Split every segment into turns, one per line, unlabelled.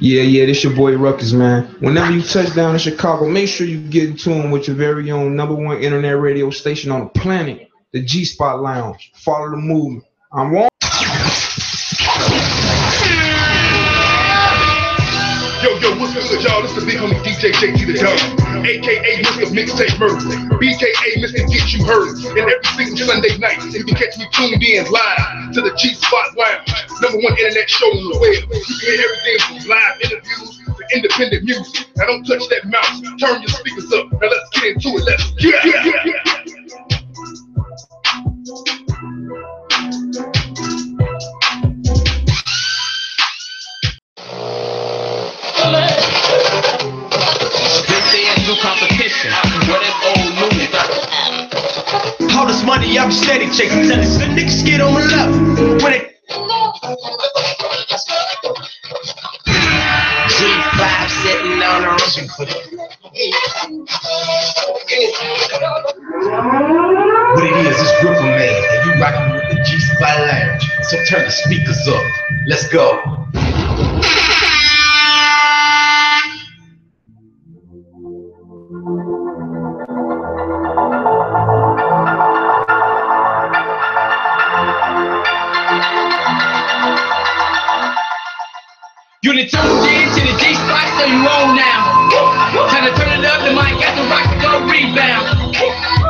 Yeah, yeah, this your boy Ruckus, man. Whenever you touch down in Chicago, make sure you get in tune with your very own number one internet radio station on the planet, the G Spot Lounge. Follow the movement. I'm wrong.
Yo, yo, what's good, y'all? This the big homie DJ JT the Dog, aka Mr. Mixtape Murder, BKA Mr. Get You Heard. And every single Sunday night, you can catch me tuned in live to the G Spot Lounge, number one internet show on the web. You can hear everything from live interviews to independent music. Now don't touch that mouse, turn your speakers up. Now let's get into it. Let's get it.
This there's new competition. What if old news? All this money I'm steady chasing, tell us the niggas get on the level. When it G5 sitting on the ocean for What it is, it's Ripper Man, and you rockin' with the G Spot Lounge. So turn the speakers up. Let's go. You done tuned in to the G spot, so you on now. Time to turn it up, the mic got the rock to go rebound.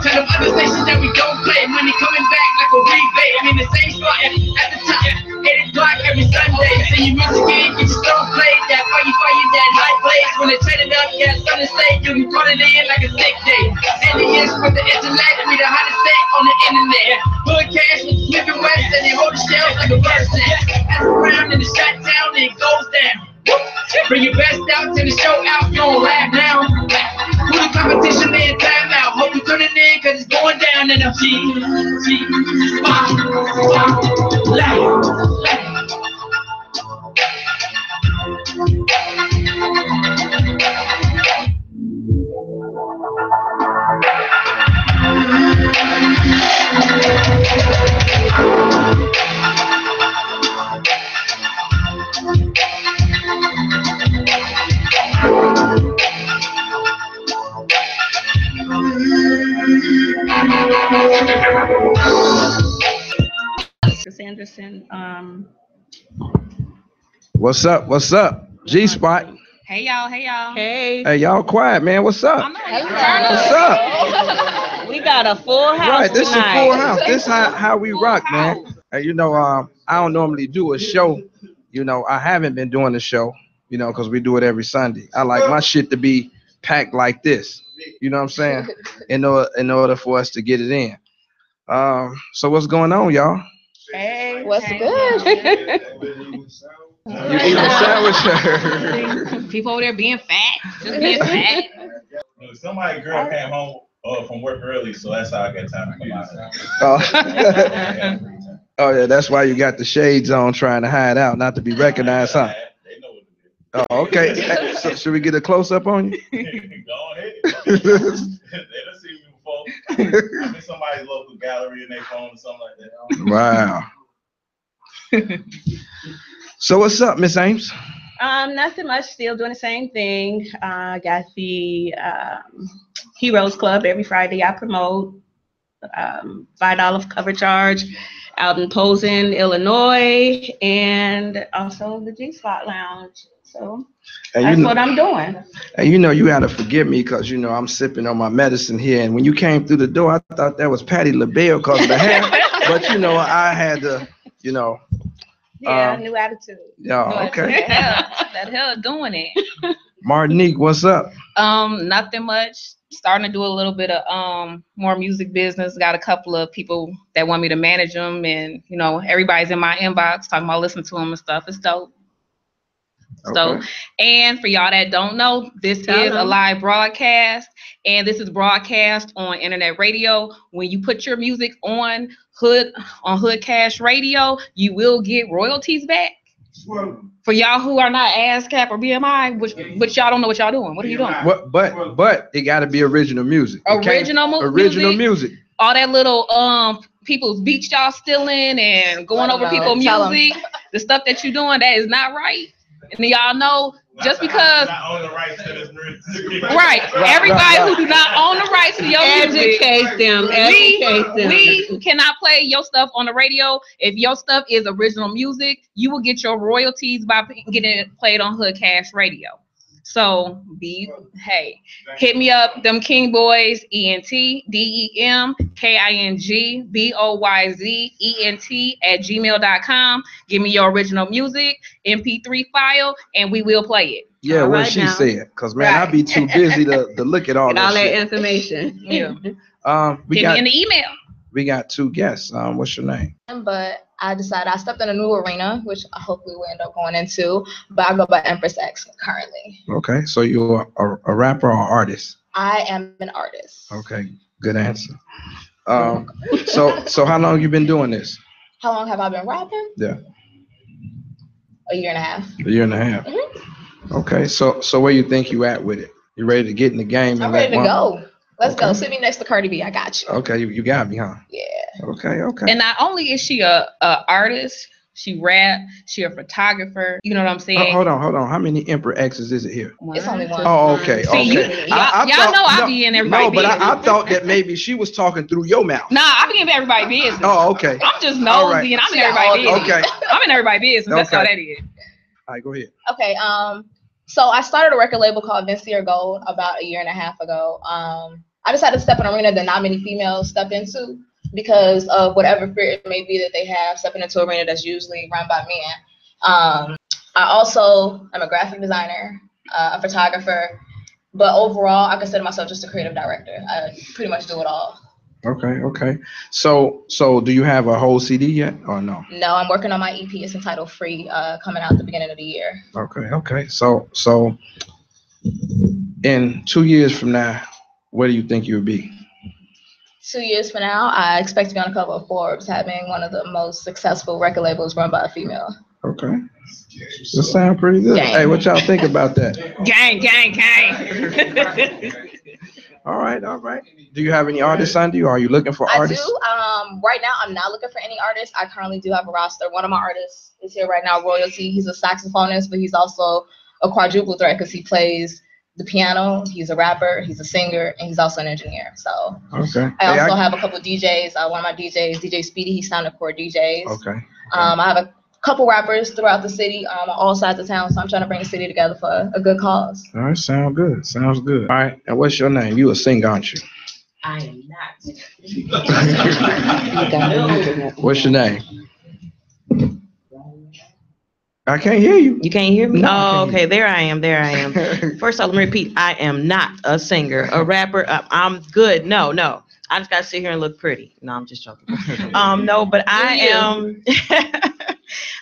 Tell them other stations that we don't play. Money coming back like a rebate. I'm in the same spot at at the top. Eight o'clock every Sunday. Send you music in, get your song played. That fire, fire, that light blaze. When they turn it up, yeah, sun and stay. You be putting in like a sick day. Aliens with the intellect, we the hottest thing on the internet. Hood cash, living west, and they hold the shells like a bus set. That's around and it's shut down and it goes down. Bring your best out to the show out, you don't laugh now. Who the competition in time out? Hope you turn it in, cause it's going down in the G, G, spot, spot, loud.
Chris Anderson. Um,
What's up? What's up? G Spot.
hey y'all, hey y'all.
Hey.
Hey, y'all quiet, man. What's
I'm
up?
not
What's up?
We got a full house
Right, this is
tonight.
full house. This how, how we rock, man. And you know, um, I don't normally do a show. You know, I haven't been doing a show, you know, because we do it every Sunday. I like my shit to be packed like this. You know what I'm saying? In order, in order for us to get it in. Um, so what's going on, y'all?
Hey.
What's good?
You eating a sandwich?
People over there being fat, just being fat.
Look, Somebody girl came home uh, from work early, so that's how I got time to come out.
oh.
Yeah.
oh yeah, that's why you got the shades on, trying to hide out, not to be recognized, huh?
They know what to
Oh, okay. Hey, so should we get a close up on you?
do. Go ahead. They done seen me before. I'm in somebody's local gallery and they phone or something like that.
Wow. so what's up, Miss Ames?
Um, nothing much. Still doing the same thing. Uh, got the um, Heroes Club every Friday. I promote um, five dollar cover charge out in Posen, Illinois, and also the G Spot Lounge. So
And you
that's
know,
what I'm doing.
and you know you gotta forgive me because you know I'm sipping on my medicine here. And when you came through the door, I thought that was Patty LaBelle because of the hair. but you know, I had to, you know,
Yeah,
Um,
new attitude.
yeah,
But-
okay.
That hell, that hell doing it.
Martinique, what's up?
Um, nothing much. Starting to do a little bit of um more music business. Got a couple of people that want me to manage them, and you know everybody's in my inbox talking about listening to them and stuff. It's dope. So,
Okay.
and for y'all that don't know, this
Tell
is a
them.
live broadcast, and this is broadcast on internet radio. When you put your music on Hood on Hood Cash Radio, you will get royalties back. For y'all who are not ASCAP or BMI, which which y'all don't know what y'all doing. What are you doing?
What but but it gotta be original music. It can't-
Original, mu-
original
music,
music.
all that little um people's beats y'all stealing and going
Let 'em
over
know.
people's
Tell 'em.
music, the stuff that you doing that is not right. And y'all know just because
Not on the rights to this music.
right,
Right,
everybody
right,
who do not own the rights to your music
Educate them,
We-
educate them.
we cannot play your stuff on the radio. If your stuff is original music, you will get your royalties by p- getting it played on Hood Cash Radio. So be hey, hit me up. Them King Boys, E N T D E M K I N G B O Y Z E N T at gmail.com. Give me your original music, MP3 file, and we will play it.
Yeah,
All
what
right
she
now.
said. Cause man, I'd be too busy to, to look at all
Get all
that
that
shit.
information.
Yeah.
Um, we
Hit me
got
in the email.
we got two guests. Um, what's your name?
but I decided I stepped in a new arena, which I hopefully will end up going into. But I go by Empress X currently.
Okay, so you're a, a rapper or artist?
I am an artist.
Okay, good answer. Um, so so how long you been doing this?
How long have I been rapping?
Yeah.
A year and a half.
A year and a half. Okay, so so where you think you at with it? You ready to get in the game? and
I'm
let
ready to
one-
go. Let's go.
Okay.
Sit me next to Cardi B. I got you.
Okay, you, you got me, huh?
Yeah.
Okay, okay.
And not only is she a, a artist, she rap, she a photographer. You know what I'm
Ho-
saying?
Uh, hold on, hold on. How many Emperor X's is it here?
It's only one.
Oh, okay,
See, you,
okay.
y'all,
I- I
y'all
thought-
know
no,
I be in everybody
No, but
business.
I, I thought that maybe she was talking through your mouth.
nah, I be in everybody business.
Oh, okay.
I'm just
All
nosy
right.
and I'm in
Yeah,
everybody business.
Okay.
I'm in everybody business. That's how
Okay.
that is.
All right, go ahead.
Okay. Um. So I started a record label called Vincier Gold about a year and a half ago. Um. I decided to step in an arena that not many females step into because of whatever fear it may be that they have stepping into an arena that's usually run by men. Um. I also am a graphic designer, uh, a photographer, but overall, I consider myself just a creative director. I pretty much do it all.
Okay, okay. So so do you have a whole CD yet or no?
No, I'm working on my EP. It's entitled Free, uh, coming out at the beginning of the year.
Okay, okay. So so in two years from now, where do you think you'll be?
two years from now, I expect to be on the cover of Forbes, having one of the most successful record labels run by a female.
Okay. That sound pretty good.
Dang.
Hey, what y'all think about that?
Gang, gang, gang.
All right, all right. Do you have any artists under you? Are you looking for
I do.
artists?
Um, right now, I'm not looking for any artists. I currently do have a roster. One of my artists is here right now, Royalty. He's a saxophonist, but he's also a quadruple threat because he plays the piano, he's a rapper, he's a singer, and he's also an engineer. So
Okay.
I
Hey,
also have a couple DJs. Uh, one of my DJs, DJ Speedy, he's signed up for DJs.
Okay.
Um, I have a couple rappers throughout the city, um, on all sides of town. So I'm trying to bring the city together for a good cause.
All right, sound good. Sounds good. All right, and what's your name? You a singer, aren't you?
I am not.
What's your name? I can't hear you.
You can't hear me?
No, I
Oh,
can't hear
okay, there I am, there I am. First off, let me repeat, I am not a singer, a rapper, uh, I'm good, no, no. I just gotta sit here and look pretty. No, I'm just joking. Um, no, but I am,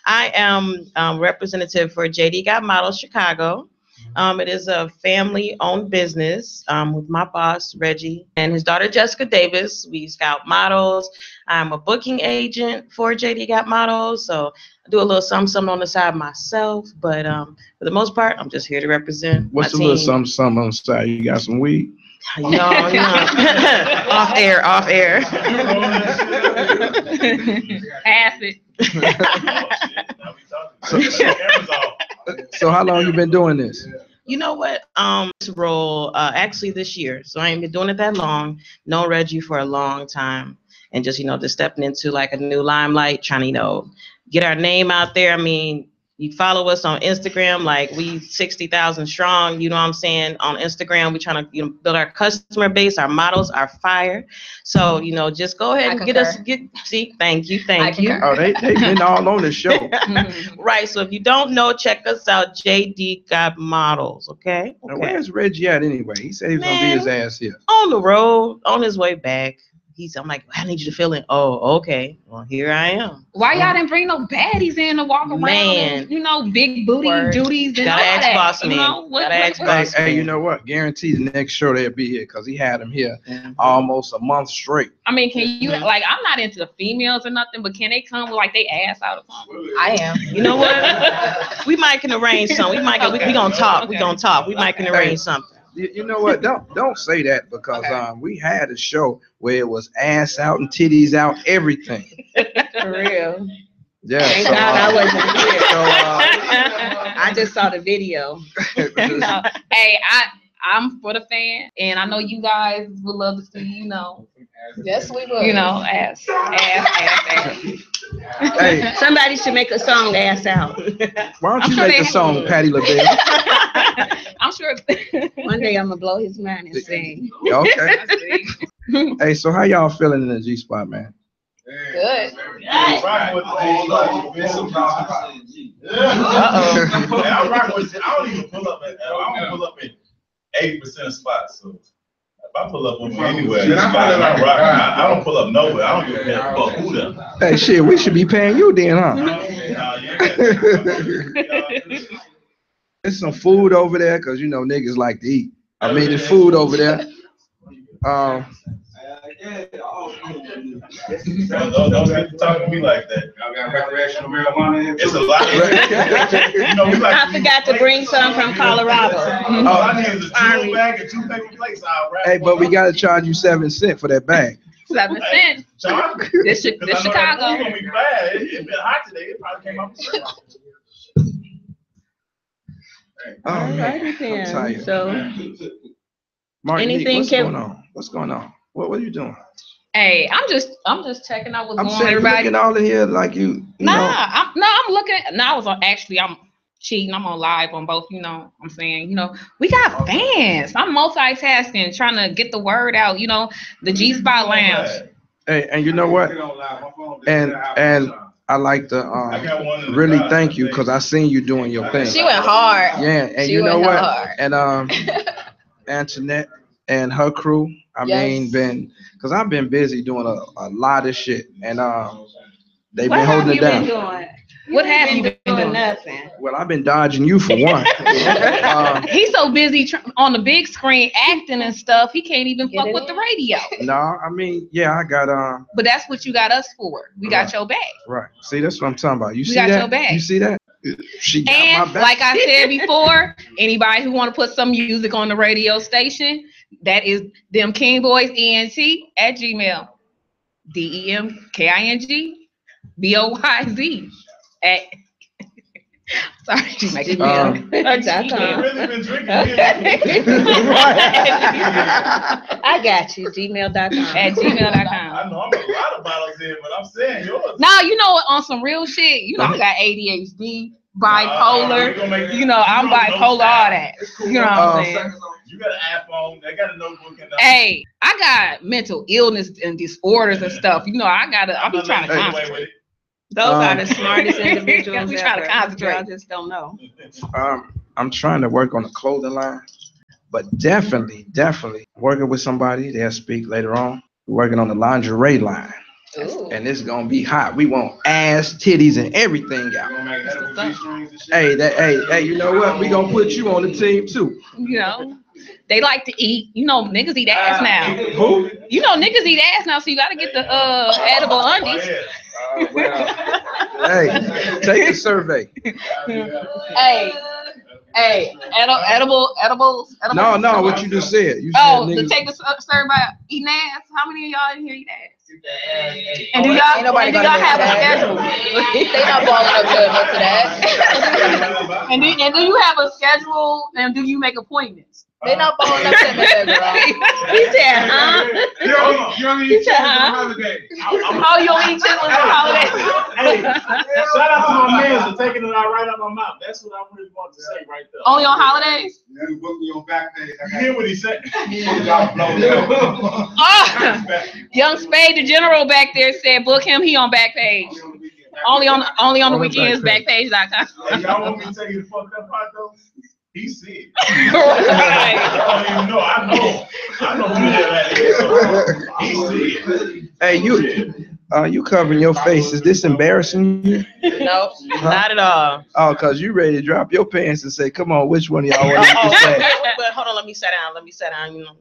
I am, um, representative for JD Got Models Chicago.
Mm-hmm.
Um, it is a family-owned business, um, with my boss Reggie and his daughter Jessica Davis. We scout models. I'm a booking agent for JD Got Models, so I do a little something, something on the side myself, but, um, for the most part, I'm just here to represent my
What's a little
team.
something, something on the side? You got some weed?
No, no. Off air, off air.
Acid.
So- so- So how long you been doing this?
You know what? Um, this role uh, actually this year, so I ain't been doing it that long. Known Reggie for a long time, and just you know, just stepping into like a new limelight, trying to you know get our name out there. I mean, you follow us on Instagram, like we sixty thousand strong. You know what I'm saying? On Instagram, we trying to you know build our customer base. Our models are fire, so you know, just go ahead
I
and get us get. See, thank you, thank you.
concur.
Oh, they they been all on the show.
Mhm.
Right. So if you don't know, check us out. JD got models. Okay.
Now,
okay.
where's Reggie at anyway? He said he was gonna be his ass here.
On the road, on his way back. He's. I'm like, I need you to fill in. Oh, okay. Well, here I am.
Why
Mm.
y'all didn't bring no baddies in to walk around?
Man.
And, you know, big booty
Word.
duties and all
Gotta ask
that.
boss
you
man.
know, what-
Gotta
what-
ask
what-
Hey,
boss
hey, you
man.
know what? Guarantee the next show they'll be here because he had him here
Mm-hmm.
almost a month straight.
I mean, can you
Mhm.
like? I'm not into the females or nothing, but can they come with like they ass out of them?
I am.
You know what? we might can arrange something. We might. Can, we, we gonna talk. We
Okay.
gonna talk. We might can arrange something.
You, you know what? Don't don't say that because
Okay.
um we had a show where it was ass out and titties out, everything.
For real.
Yeah.
Thank
so,
God I
uh,
wasn't here.
So, uh,
I just saw the video.
no. Hey, I I'm for the fan, and I know you guys would love to see you know
Yes, we will.
you know ass ass ass ass.
hey,
Somebody should make a song ass out.
why don't
I'm
you
sure
make
they
a song,
have-
Patty LaBelle?
I'm sure.
One day I'm gonna blow his mind and sing.
okay. Hey, so how y'all feeling in the G spot, man?
Good.
Rock with the whole lot. Been some guys.
Uh-oh.
Yeah, I rock with- I don't even pull up at, I don't pull up in eighty percent of spots, so. If I pull up on anywhere, it's fine. I rock. I, I don't pull up nowhere, I don't give a damn fuck who them.
Hey, shit, we should be paying you then, huh?
I
There's some food over there, cause you know niggas like to eat. I mean, there's food over there. Um,
Those, those people talking to me like that.
Y'all got recreational marijuana in
It's a lot. you know, we like,
I forgot to bring some from Colorado.
Oh.
All I need is a two bag and two paper plates. I'll wrap
hey, but we
one up.
gotta charge you seven cent for that bag.
Seven cent.
John,
This Chi-
'cause
this
I know that food
Chicago.
gonna be bad. It- It's been hot today. It probably came out.
Oh, man.
Alrighty
I'm
then.
tired.
So
Martinique,
Anything
what's
can-
going on? What's going on? What What are you doing?
Hey, I'm just I'm just checking out what's
I'm
going on.
saying, you
Everybody.
looking all in here like you, you
Nah,
know.
I'm, no, I'm looking. No, I was on, actually I'm cheating. I'm on live on both. You know, I'm saying you know we got fans. I'm multitasking, trying to get the word out. You know, the G Spot Lounge.
Hey, and you know what? And- and- I like to
I
um,
got one. in the
really
car,
thank you
think.
because I seen you doing your thing.
She went hard.
Yeah, and
She
you know
went
what?
hard.
And um, Antoinette and her crew. I mean,
Yes.
been because I've been busy doing a, a lot of shit, and um, they've
what
been
have
holding
you
it down.
been doing?
What have you been doing?
Nothing.
Well, I've been dodging you for one. um,
He's so busy tr- on the big screen acting and stuff, he can't even
Get
fuck
it
with
in.
the radio.
no, I mean, yeah, I got um,
But that's what you got us for. We got your back.
right. See, that's what I'm talking about. You see
got
that?
your back.
You see that? She got my
And
back.
like I said before, anybody who want to put some music on the radio station, that is them King Boys ENT at Gmail. D E M K I N G B O Y Z at sorry, Gmail.
Um,
I've
Gmail.
really been drinking.
I got you. Gmail.com.
at gmail.com.
I know I'm a lot of bottles in, but I'm saying yours.
Now you know what, on some real shit, you know I got ADHD, bipolar, you know I'm bipolar, all that. You know what
Um,
I'm saying?
You got an iPhone. I got a notebook. And
Hey, I got mental illness and disorders and stuff. You know I gotta, I be trying to concentrate.
Those are the
Um,
smartest individuals
We try to
ever.
concentrate.
Y'all just don't know.
um, I'm trying to work on the clothing line, but definitely, definitely working with somebody. They'll speak later on. Working on the lingerie line,
Ooh.
and it's gonna be hot. We want ass, titties, and everything out. Hey, that, hey, hey, you know what? We gonna put you on the team too.
You know, they like to eat. You know niggas eat ass now.
Who?
You know niggas eat ass now, so you gotta get the uh edible undies.
Hey, take the survey.
Hey,
Hey, edible, edible, edibles. edible-
No, no, what you just said. You said
Oh, to
niggas-
take us up, serve by eating ass. How many of y'all in here eat ass? And do
Oh,
y'all,
ain't nobody
and do y'all
gonna
have
do that.
a schedule?
they not balling up to admit to that.
And do, and do you have a schedule? And do you make appointments?
they not balling up to admit that, girl.
He said, huh? He said, huh?
Oh, you don't eat chicken on holidays?
Shout out to my man for taking it out right out my mouth. That's what I really wanted to say right there.
Only on holidays?
You hear what he said?
Oh, young Spade, the general back there said, book him. He on Backpage. Only on only on the
Only
weekends. Backpage.com.
Hey, y'all want me to tell you the fucked up part though? He said.
right.
I don't even know. I know. I know who that is. So he said.
Hey, you, uh, you covering your face. Is this embarrassing you?
Nope,
Huh?
not at all.
Oh, cause you ready to drop your pants and say, come on, which one of y'all want to
Oh,
say?
but hold on, let me sit down. Let me sit down. You know.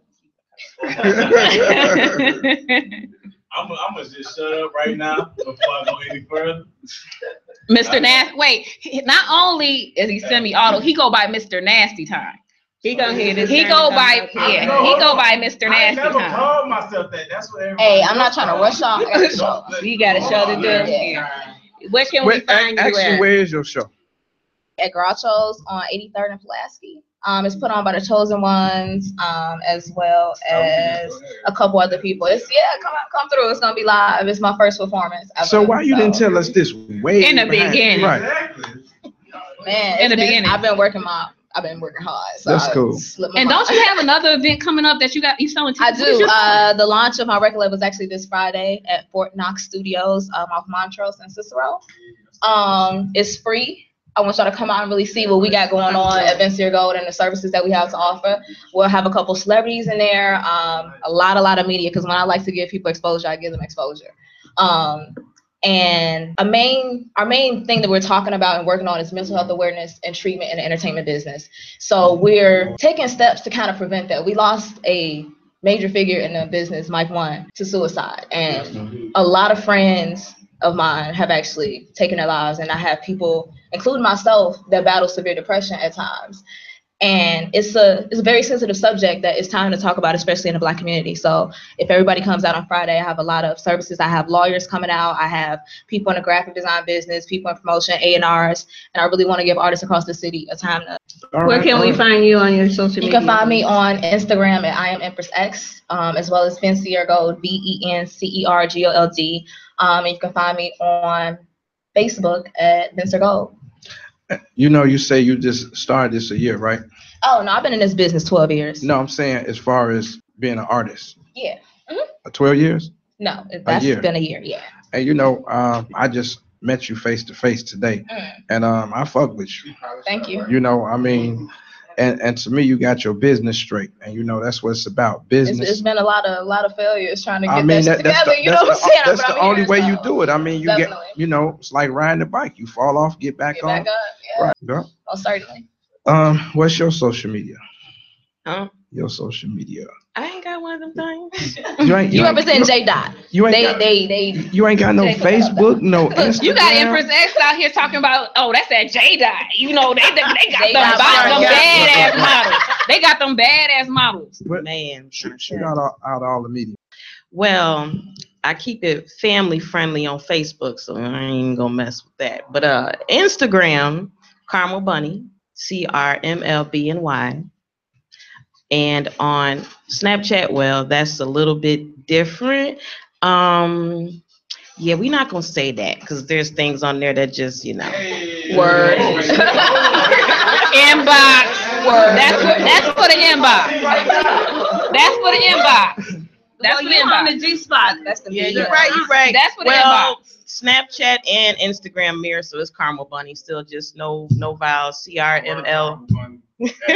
I'm gonna I'm gonna just shut up right now before I go any further.
Mr. Nasty. Wait, he- not only is he semi-auto, he go by Mr. Nasty Time.
He gonna hear this.
He
every
go
time
by
I-
yeah, he go by Mr.
I
Nasty
never
Time.
called myself that. That's what everybody.
Hey, I'm not trying to rush off.
Don't let-
You got a show to do.
Yeah.
Where can we
Wait,
find you
actually,
at?
where is your show?
at Groucho's on 83rd and Pulaski. Um, it's put on by the Chosen Ones, um, as well as a couple other people. It's yeah, come come through. It's gonna be live. It's my first performance. ever,
So why you didn't
so,
tell us this way
In the
behind?
beginning.
Right.
Man,
in the
it's been-
beginning.
I've been working my. I've been working hard. So
That's
I
cool.
slipped my
And
mind.
don't you have another event coming up that you got you selling
I
tickets? What is
do.
your-
Uh, the launch of my record label is actually this Friday at Fort Knox Studios um, off Montrose and Cicero. Um, it's free. I want y'all to come out and really see what we got going on at Vincier Gold and the services that we have to offer. We'll have a couple celebrities in there, um, a lot, a lot of media, because when I like to give people exposure, I give them exposure. Um, and a main, our main thing that we're talking about and working on is mental health awareness and treatment in the entertainment business. So we're taking steps to kind of prevent that. We lost a major figure in the business, Mike One, to suicide. And a lot of friends of mine have actually taken their lives. And I have people, including myself, that battle severe depression at times. And it's a it's a very sensitive subject that it's time to talk about, especially in the black community. So if everybody comes out on Friday, I have a lot of services. I have lawyers coming out. I have people in the graphic design business, people in promotion, A and R's, and I really want to give artists across the city a time to
All
Where
right,
can
all
we
right.
find you on your social media?
you can find me on Instagram at I am Empress X, um, as well as Vincier Gold, V E N C E R G O L D. Um, and you can find me on Facebook at Vincier Gold.
You know, you say you just started this a year, right?
Oh no, I've been in this business 12 years.
No, I'm saying as far as being an artist,
Yeah.
uh, 12 years.
No, that's
year.
been a year. Yeah.
And you know, um, I just met you face to face today,
Mm.
and um, I fuck with you.
Thank you.
You know, I mean, and and to me, you got your business straight, and you know that's what it's about,
It's,
business.
it's been a lot of a lot of failures trying to get
I mean,
that,
that,
shit
that's
together.
the,
you know
that's
what I'm
the, uh,
saying?
that's
But I'm
the only
here,
way
so
you do it. I mean, you get,
Definitely.
you know, it's like riding a bike. You fall off, get back
Get
on.
back up. Yeah.
Right. Yeah.
Oh, certainly.
Um, what's your social media?
Huh?
Your social media.
I ain't got one of them things.
You ain't,
You
you ain't,
represent J Dot.
you ain't,
They
got,
they they
you ain't got no
Take a look at
Facebook, no Instagram.
You got Empress X out here talking about, oh, that's that J dot. You know, they they, they got
They
them,
got
bo-
models.
them badass models. They got them badass models.
But
Man.
shoot, shoot out, all- out all the media.
Well, I keep it family friendly on Facebook, so I ain't gonna mess with that. But uh Instagram, Carmel Bunny, C R M L B N Y. And on Snapchat, well, that's a little bit different. Um yeah, we're not gonna say that because there's things on there that just, you know.
word.
Inbox.
Word.
That's what that's for the inbox. That's for the inbox. That's for the inbox.
G spot.
That's the
Yeah,
B.
you're right, you're right.
That's for the
Well,
inbox.
Snapchat and Instagram mirror, so it's Carmel Bunny. Still just no no vowels. C R M L.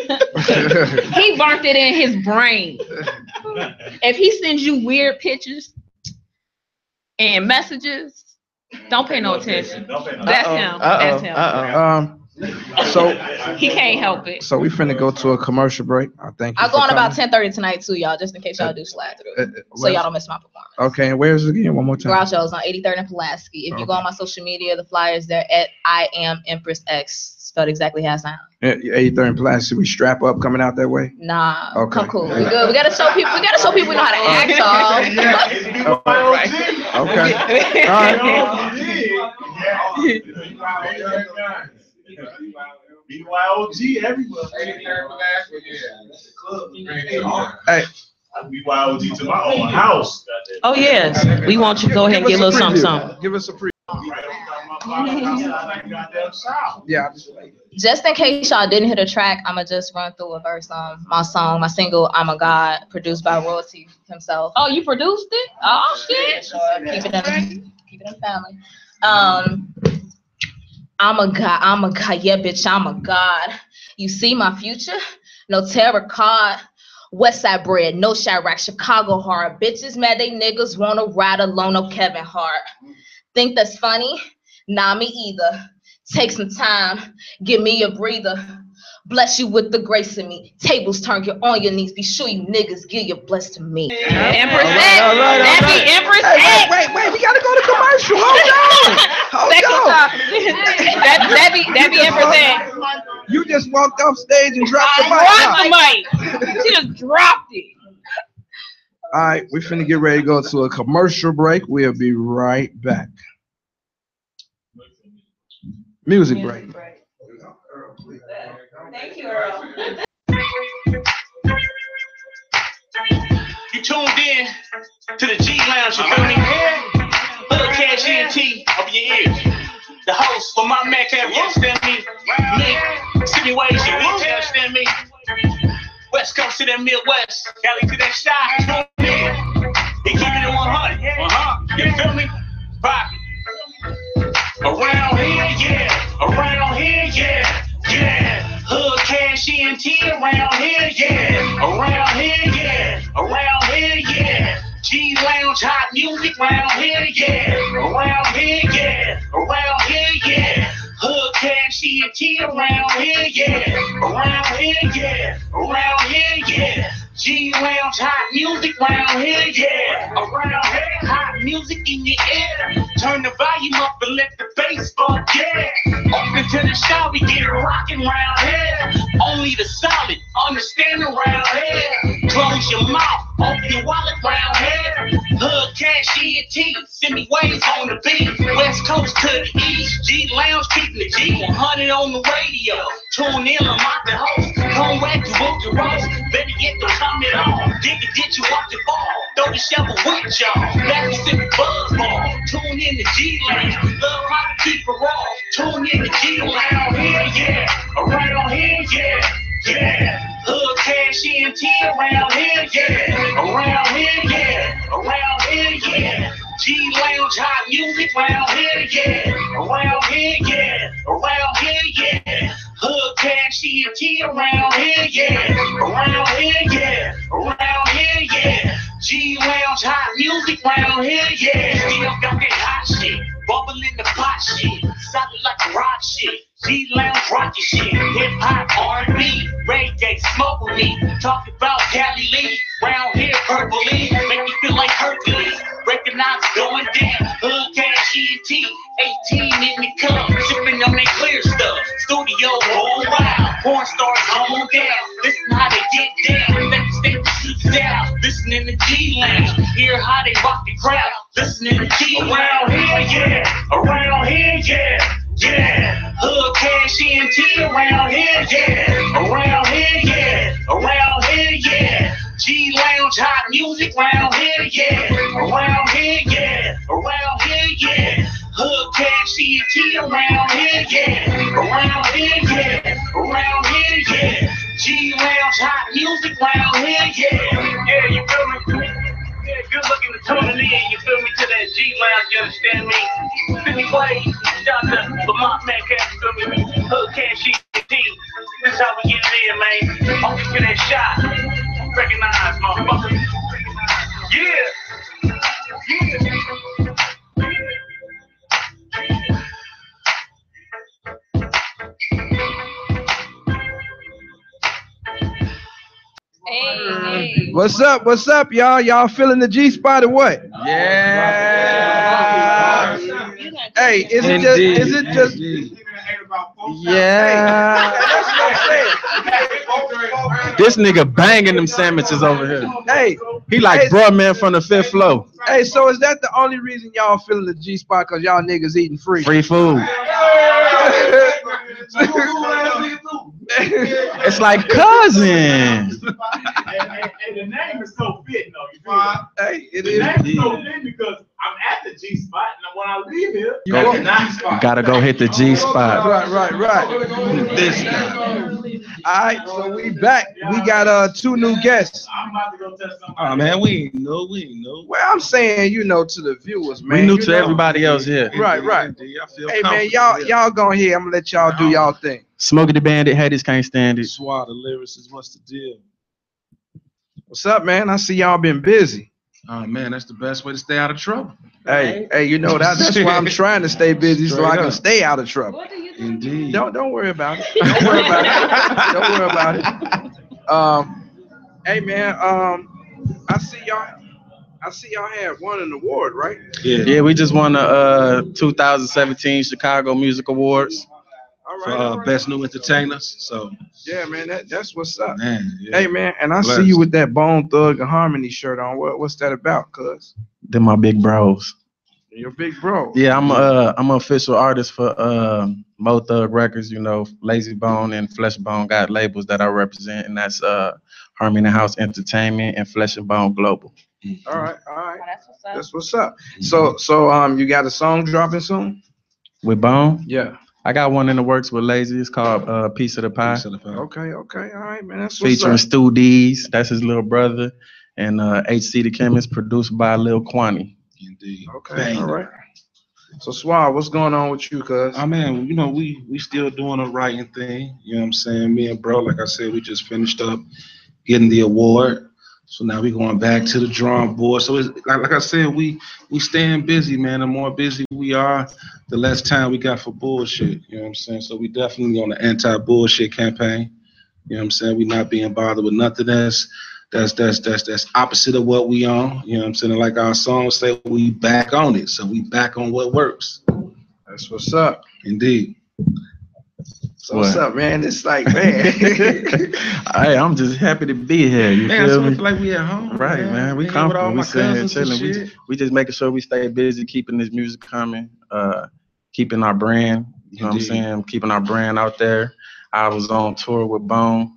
He burnt it in his brain. If he sends you weird pictures and messages, don't pay no attention.
Don't pay no
That's him. That's him.
Um, so,
He can't help it.
so we finna go to a commercial break. I thank you.
I'll go
for
on about
coming.
10:30 tonight too, y'all, just in case y'all do slide through.
Uh, uh,
so y'all
where-
don't miss my performance.
Okay, and where's it again? One more time.
Garage shows on 83rd and Pulaski. If you go
Okay.
on my social media, the flyers there at I am Empress X, spelled exactly how it sounds.
Eighty third Eh, and Plastic. We strap up coming out that way.
Nah,
Okay. Uh,
come cool. We good. We gotta show people. We gotta show people we know how to act. Y'all.
Yeah, it's BYOG.
Okay. All right.
BYOG everywhere.
Hey.
BYOG to my own house.
Oh yes, we want you to go ahead and get a little something something.
Give us a preview.
Right outside my block, outside that goddamn shower.
Yeah.
Just in case y'all didn't hit a track, I'ma just run through a verse on my song, my single "I'm a God," produced by Royalty himself.
Oh, you produced it? Oh
Yeah,
shit.
sure. Keep it in, keep it in family. Um, I'm a god. I'm a god. Yeah, bitch, I'm a god. You see my future? No terror card. Westside bread, no Chirac, Chicago hard. Bitches mad they niggas wanna ride alone, no Kevin Hart. Think that's funny? Nah, me either. Take some time, give me a breather. Bless you with the grace in me. Tables turn, get on your knees. Be sure you niggas give your bless to me.
Empress X.
All right, all right, all
That
right.
be Empress
Hey,
X.
wait, wait, wait. We gotta go to commercial. Hold on.
Second
Hold on.
time. That, that be, that be Empress X.
You just walked off stage and dropped the mic.
Drop the mic. She just dropped it.
All right, we finna get ready to go to a commercial break. We'll be right back. Music break.
Thank you, Earl.
You tuned in to the G Lounge, you feel me? Little cash ENT of your ears. The host for my Mac have you understand me? Nick, situation, you understand me? West Coast to the Midwest, Cali to that side. Tune in. They keep it at 100. 100. Uh-huh. You feel me? Pop. Around here, yeah. Around here, yeah. Yeah. Hood cash ENT around here, yeah. Around here, yeah. Around here, yeah. G Lounge hot music round here, yeah. Around here, yeah. Around here, yeah. Hood cash ENT around here, yeah. Around here, yeah. Around here, yeah. G Lounge hot music round here, yeah. Around here, hot music in your ear. Turn the volume up and let the bass bump, yeah. Up into the shower, we get rocking round here. Only the solid understand around here. Close your mouth, open your wallet round here. Hood cash ENT, send me waves on the beat. West Coast to the East, G Lounge keeping the G100 on the radio. Tune in, I'm out the host. Come whack you up the roast. Better get the comment on. Digga, get you off the ball. Throw the shovel with y'all. Back to sip buzz ball. Tune in to G Lounge. Love how to keep it raw. Tune in to G Lounge. Here, yeah. Around here, yeah. Yeah. Hood cash ENT around here, yeah. Around here, yeah. Around here, yeah. G Lounge hot music round here, yeah. Around here, yeah. Around here, yeah. Hood cash ENT around here, yeah. Around here, yeah. Around here, yeah. G Lounge hot music round here, yeah. Still got that hot shit. Bubble in the pot shit. Solid like rock shit. G Lounge rocky shit. Hip hop, R&B, reggae, smoke with me. Talk about Cali Lee. Round here, purple lean. Make me feel like Hercules. Recognize going down. Hood cash E ENT. 18 in the cup. Sipping on that clear stuff. Studio whole wild. Porn stars on down. Listen how they get down. Let the stage shoots down. Listening to G Lounge. Hear how they rock the crowd. Listening to G Lounge. Around here, yeah. Around here, yeah. Yeah, hood cash ENT around here, yeah. Around here, yeah. Around here, yeah. G Lounge hot music round here, yeah. Around here, yeah. Around here, yeah. Hood cash ENT around here, yeah. Around here, yeah. Around here, yeah. G Lounge hot music round here, yeah. Yeah, you feel me? Yeah, good looking to tuning in, you feel me, to that G Lounge, you understand me? Anyway, shout out to Lamont Man Cash, you feel me? Hood Cash ENT. This is how we get it in, man. Only for that shot. Recognize, motherfucker. Yeah! Yeah!
Hey, hey.
What's up? What's up, y'all? Y'all feeling the G spot or what? Yeah.
You got
Hey, is it just? Is it just?
Yeah.
That's what I'm saying.
This nigga banging them sandwiches over here.
Hey,
He like bruh man from the fifth floor.
hey. So is that the only reason y'all feeling the G spot? Cause y'all niggas eating free.
Free food. It's like cousin.
the name is so fitting though, you feel me?
hey, it
The
is.
name is so fitting because I'm at the G spot and when I leave here,
You
Go-
walk-
Gotta go hit the G spot.
Right, right, right.
This
All right, so we back. We got uh two new guests.
I'm about to go test somebody.
Oh man, we ain't know, we ain't know.
Well, I'm saying, you know, to the viewers, man.
We new
you
to
know.
everybody else here.
Right, right.
I feel
Hey man,
confident,
y'all
yeah.
y'all go ahead. I'm gonna let y'all do y'all thing.
Smokey the Bandit, haters can't stand it.
Swat, the lyricist, what's the deal?
What's up, man? I see y'all been busy.
Oh man, that's the best way to stay out of trouble.
Hey, hey, you know that that's why I'm trying to stay busy so I
Straight
can
up.
stay out of trouble.
What do you do?
Indeed.
Don't don't worry about it. Don't worry about it. Don't worry about it. Um, hey man, um, I see y'all. I see y'all had won an award, right?
Yeah, we just won the uh, 2017 Chicago Music Awards.
for uh, Best New Entertainers. So,
Yeah, man, that, that's what's up.
man, yeah.
Hey, man, and I see
Bless.
you with that Bone Thug and Harmony shirt on. What, what's that about, cuz?
They're my big bros.
Your big bro.
Yeah, I'm uh I'm an official artist for uh Mo Thug Records, you know, Lazy Bone and Flesh Bone got labels that I represent, and that's uh Harmony House Entertainment and Flesh and Bone Global.
All right, all right. That's what's up.
Mm-hmm.
So, so, um, you got a song dropping soon?
With Bone?
Yeah.
I got one in the works with Lazy. It's called uh Piece of the Pie.
Okay, okay, all right, man, that's what's
featuring
up.
Stu D's, that's his little brother, and uh HC the Chemist, produced by Lil Quanny.
Okay, all right. So Swab, what's going on with you, cuz?
I mean, you know, we we still doing the writing thing. You know what I'm saying? Me and bro, like I said, we just finished up getting the award. So now we going back to the drawing board. So it's like, like I said, we we staying busy, man. The more busy we are, the less time we got for bullshit. You know what I'm saying? So we definitely on the anti-bullshit campaign. You know what I'm saying? We not being bothered with nothing that's that's that's that's that's opposite of what we on. You know what I'm saying? And Like our songs say, we back on it. So we back on what works.
That's what's up.
Indeed.
So what's
What?
up, man? It's like, man.
Hey, I'm just happy to be here. You
Man, I
feel
sort of
me?
feel like we at home.
Right, man. We
Hanging with all
comfortable. We
my
sitting here
cousins and
chilling. We,
shit.
ju- we just making sure we stay busy, keeping this music coming, uh, keeping our brand. You know what I'm
Indeed.
saying? Keeping our brand out there. I was on tour with Bone.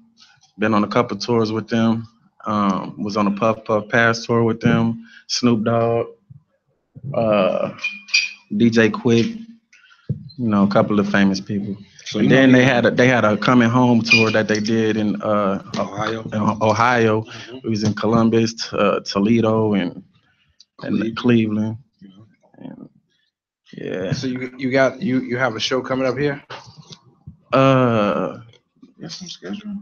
Been on a couple tours with them. Um, was on a Puff Puff Pass tour with them. Snoop Dogg, uh, DJ Quick. You know, a couple of famous people.
So
and
you know
then
me.
they had a, they had a coming home tour that they did in uh,
Ohio. Mm-hmm.
in O- Ohio. We was in Columbus, t- uh, Toledo, and and Cleveland. And, yeah.
So you, you got, you, you have a show coming up here?
Uh,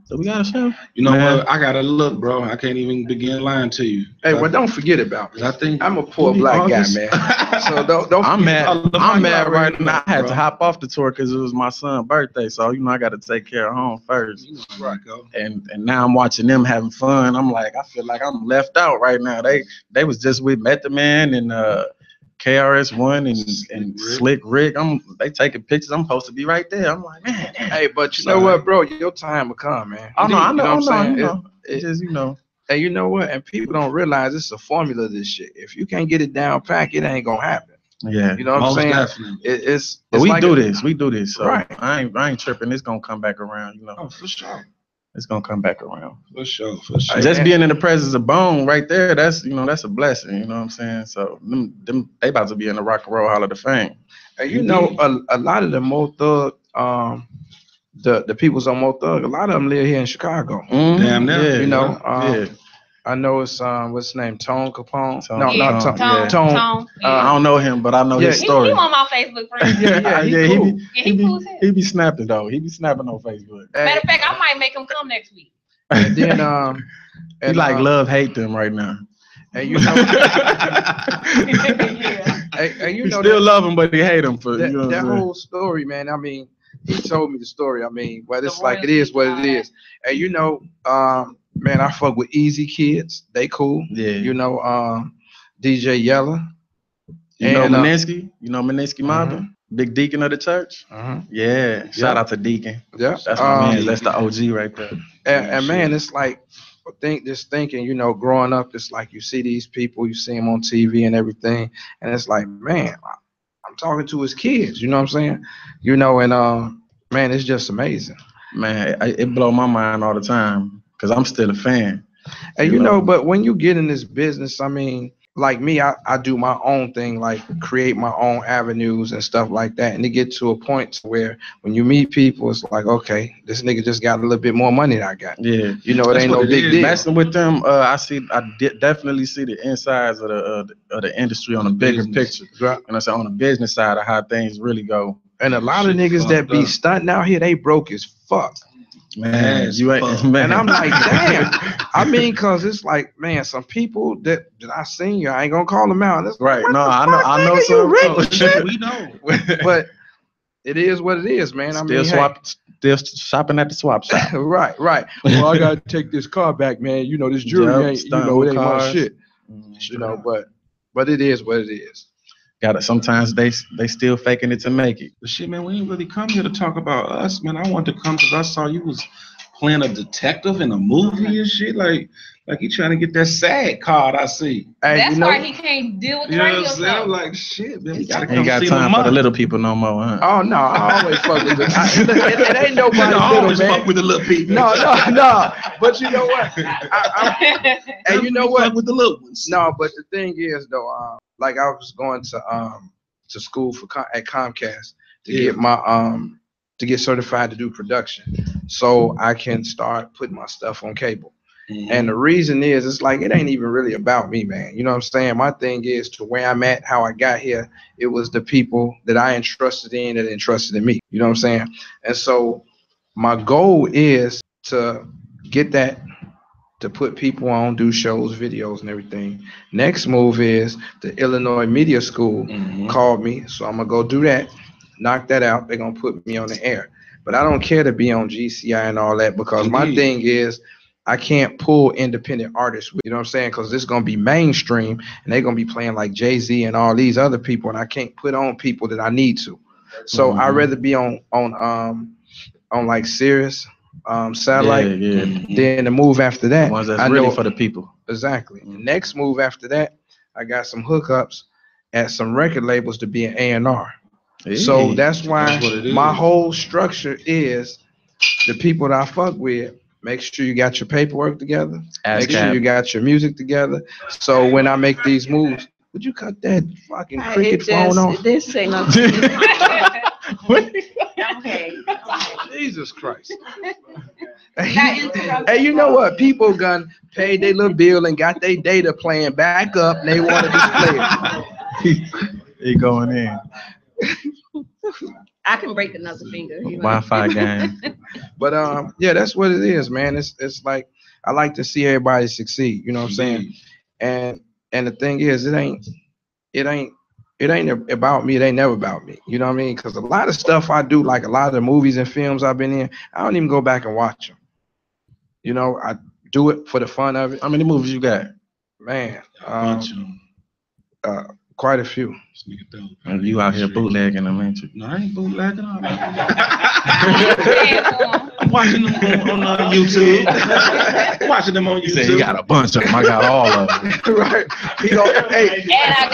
do we got a show?
You know
Man.
what? I gotta look, bro. I can't even begin lying to you.
Hey, well, don't forget about me.
I think
I'm a poor black guy, man. So don't, don't.
I'm
forget-
mad.
Oh, look,
I'm
you
mad
already
right now. I had to
bro.
hop off the tour because it was my son's birthday, so you know I got to take care of home first.
Right.
And and now I'm watching them having fun. I'm like, I feel like I'm left out right now. They they was just with Met the Man and uh, KRS One and and Slick Rick. I'm they taking pictures. I'm supposed to be right there. I'm like, man. damn.
Hey, but you know what, bro? Your time will come, man.
Oh no, I
You
know,
what
I know,
I'm
you
saying?
know. It's just you know.
And you know what? And people don't realize it's a formula. This shit. If you can't get it down pack, it ain't gonna happen.
Yeah.
You know what I'm
Most
saying?
definitely.
It, it's.
But
it's
we
like
do
a-
this. We do this. So
Right.
I ain't I ain't tripping. It's gonna come back around, you know.
Oh, for sure.
It's gonna come back around.
For sure. For sure.
Just
man.
being in the presence of Bone right there, that's you know, that's a blessing, you know what I'm saying? So them, them they about to be in the rock and roll hall of the fame.
And you know, a, a lot of the Mo Thug, um, the the people's on Mo Thug. A lot of them live here in Chicago.
Damn near.
Mm-hmm. yeah,
You know, um,
yeah.
I know it's um, what's his name, Tone Capone.
Tone
no,
Yeah,
not Tone.
Tone, Uh,
Tone.
Tone.
I
yeah.
don't know him, but I know his
He,
yeah.
he
story.
on my Facebook friend.
Yeah, yeah, he
he,
cool.
be,
Yeah,
he,
he cool as
be,
hell.
he be snapping though. He be snapping on Facebook.
Matter
Hey,
of fact, I might make him come next week.
and then um,
he
and
like
um,
love hate them right now.
and you know, and, and you
he
know
still
that-
love him, but he hate him for
that,
you know what
that
I'm saying?
whole story, man. I mean, he told me the story. I mean, well,
The
it's like it is what it
royalty, all
is. And you know, um, man, I fuck with Easy Kids. They cool.
Yeah.
You know, um, DJ Yella.
You know
And, uh, Mm-hmm.
Meninsky? You know Meninsky Mobby? Big deacon of the church?
Mhm.
Yeah. Shout out to Deacon.
Yeah.
That's my
um,
man. That's the OG right there.
And,
Yeah,
and man, it's like I think just thinking, you know, growing up, it's like you see these people, you see them on TV and everything, and it's like, man, I- I'm talking to his kids. You know what I'm saying? You know, and um, man, it's just amazing.
Man, I, it blow my mind all the time because I'm still a fan.
And
You
you
know?
know, but when you get in this business, I mean, like me, I, I do my own thing, like create my own avenues and stuff like that. And to get to a point to where when you meet people, it's like, okay, this nigga just got a little bit more money than I got.
Yeah.
You know, it
That's
ain't
what
no
it
big
is.
deal.
Messing with them, uh, I see. I de- definitely see the insides of the uh, of the industry on a bigger
Business.
picture,
Right.
and I say on the business side of how things really go.
And a lot of
Shit
niggas that
fucked
be
up.
stunting out here, they broke as fuck.
Man,
As
you ain't.
fuck.
And
Man,
I'm like, damn. I mean, cause it's like, man, some people that, that I seen you, I ain't gonna call them out. And it's like,
right?
what
No,
the
I know.
fuck,
I know
nigga,
some.
you rich,
too.
we know.
but it is what it is, man. I
still
mean, hey,
swap, still shopping at the swap shop.
right, right. Well, I gotta take this car back, man. You know, this jewelry
Yep,
ain't, you
stunting
know, it
with
ain't my
cars.
shit. You know, but but it is what it is.
Got it. Sometimes they they still faking it to make it.
But shit, man, we ain't really come here to talk about us, man. I wanted to come because I saw you was playing a detective in a movie and shit. Like, like you trying to get that sad card. I see. Hey,
That's
you know-
why he can't deal with the
You know what
radio
I'm saying?
show.
I'm like, shit, man, we gotta come
Ain't got
see
time for the
Lamont.
little people no more, huh?
Oh no, I always fuck with the. I, look, it, it ain't nobody
I
little
always
man.
fuck with the little people.
No, no, no. But you know what? I, I, and you know what? With the little ones. No, but the thing is though, um, like I was going to um to school for Com- at Comcast to
Yeah.
get my um to get certified to do production, so I can start putting my stuff on cable. And the reason is, it's like it ain't even really about me, man. You know what I'm saying? My thing is to where I'm at, how I got here. It was the people that I entrusted in that entrusted in me. You know what I'm saying? And so my goal is to get that to put people on, do shows, videos, and everything. Next move is the Illinois Media School
Mm-hmm.
called me, so I'm gonna go do that, knock that out. They're gonna put me on the air, but I don't care to be on GCI and all that because my
Indeed.
thing is. I can't pull independent artists, with- you know what I'm saying? Because this is gonna be mainstream, and they're gonna be playing like Jay Z and all these other people, and I can't put on people that I need to. So I'd
Mm-hmm.
rather be on on um on like Sirius, um satellite,
Yeah, yeah.
then the move after that.
ones that's
I
really
know-
for the people.
Exactly. The next move after that, I got some hookups at some record labels to be an A and R. So
Hey,
that's why
that's what it
my
is.
whole structure is the people that I fuck with. Make sure you got your paperwork together.
ASCAP.
Make sure you got your music together. So when I make these moves, would you cut that fucking
Right,
cricket
it
phone
just-
off?
This ain't no.
okay. Jesus Christ.
Not interrupted.
Hey, you know what? People gun paid their little bill and got their data plan back up. And they want to display
They going in.
I can break another finger. you know.
Wi-Fi game.
it. But um, yeah, that's what it is, man. It's it's like I like to see everybody succeed. You know what I'm saying?
Mm-hmm.
And and the thing is, it ain't it ain't it ain't about me. It ain't never about me. You know what I mean? Because a lot of stuff I do, like a lot of the movies and films I've been in, I don't even go back and watch them. You know, I do it for the fun of it.
How many movies you got?
Man, um, uh, quite a few.
And you out here bootlegging them, ain't you?
No, I ain't bootlegging. I'm I'm watching them on, on uh, YouTube. I'm watching them on
He said he
YouTube.
got a bunch of them. I got all of them.
right. He go, hey.
And I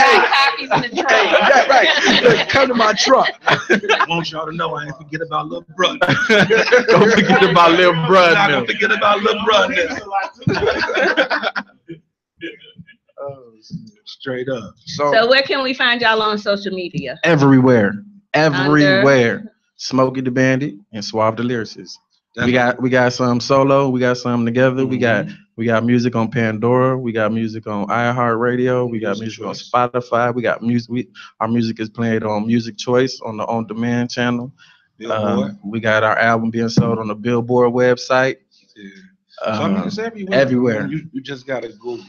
got copies in the trunk.
Yeah, right. Look, come to my truck.
I want y'all to know I ain't forget about little brother.
Don't forget about little brother.
Nah, don't forget about little brother. Oh, Straight up.
So where can we find y'all on social media?
everywhere, everywhere. Smokey the Bandit and Suave the Lyricist. We got we got some solo, we got some together. We
Mm-hmm.
got we got music on Pandora, we got music on iHeartRadio, we got music on Spotify, we got music. We, our music is played on Music Choice on the On Demand channel.
Billboard.
Uh, we got our album being sold on the Billboard website.
So, I mean,
Uh,
it's everywhere.
everywhere.
You, you just gotta Google.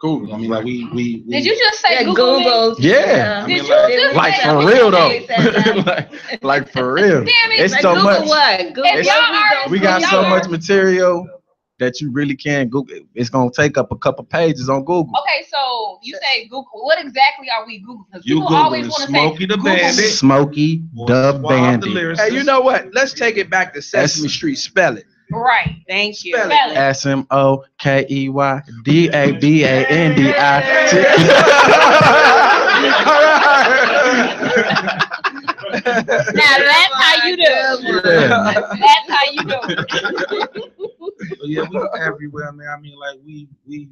Google. I mean, like we we. we
Did you just say
Yeah,
Google?
Google.
Yeah.
I
Did
mean,
you just
like
say-
for real though, like, like for real.
Damn it,
it's
like
so
Google
much.
What? Google.
If y'all
Where
are-
We got
y'all
so
are-
much material that you really can't Google. It's gonna take up a couple pages on Google.
Okay, so you say Google. What exactly are we Googling? 'Cause
You
people
Googling
always want to say
Smokey the
Google.
Bandit. Smokey the Bandit.
Hey, you know what? Let's take it back to Sesame Street. Spell it.
Right.
Thank you.
Spell it.
S M O K E Y D A B A N D I
Now that's how
T.
you do. it.
Yeah.
That's how you do. it.
But yeah, we everywhere, man. I mean, like we we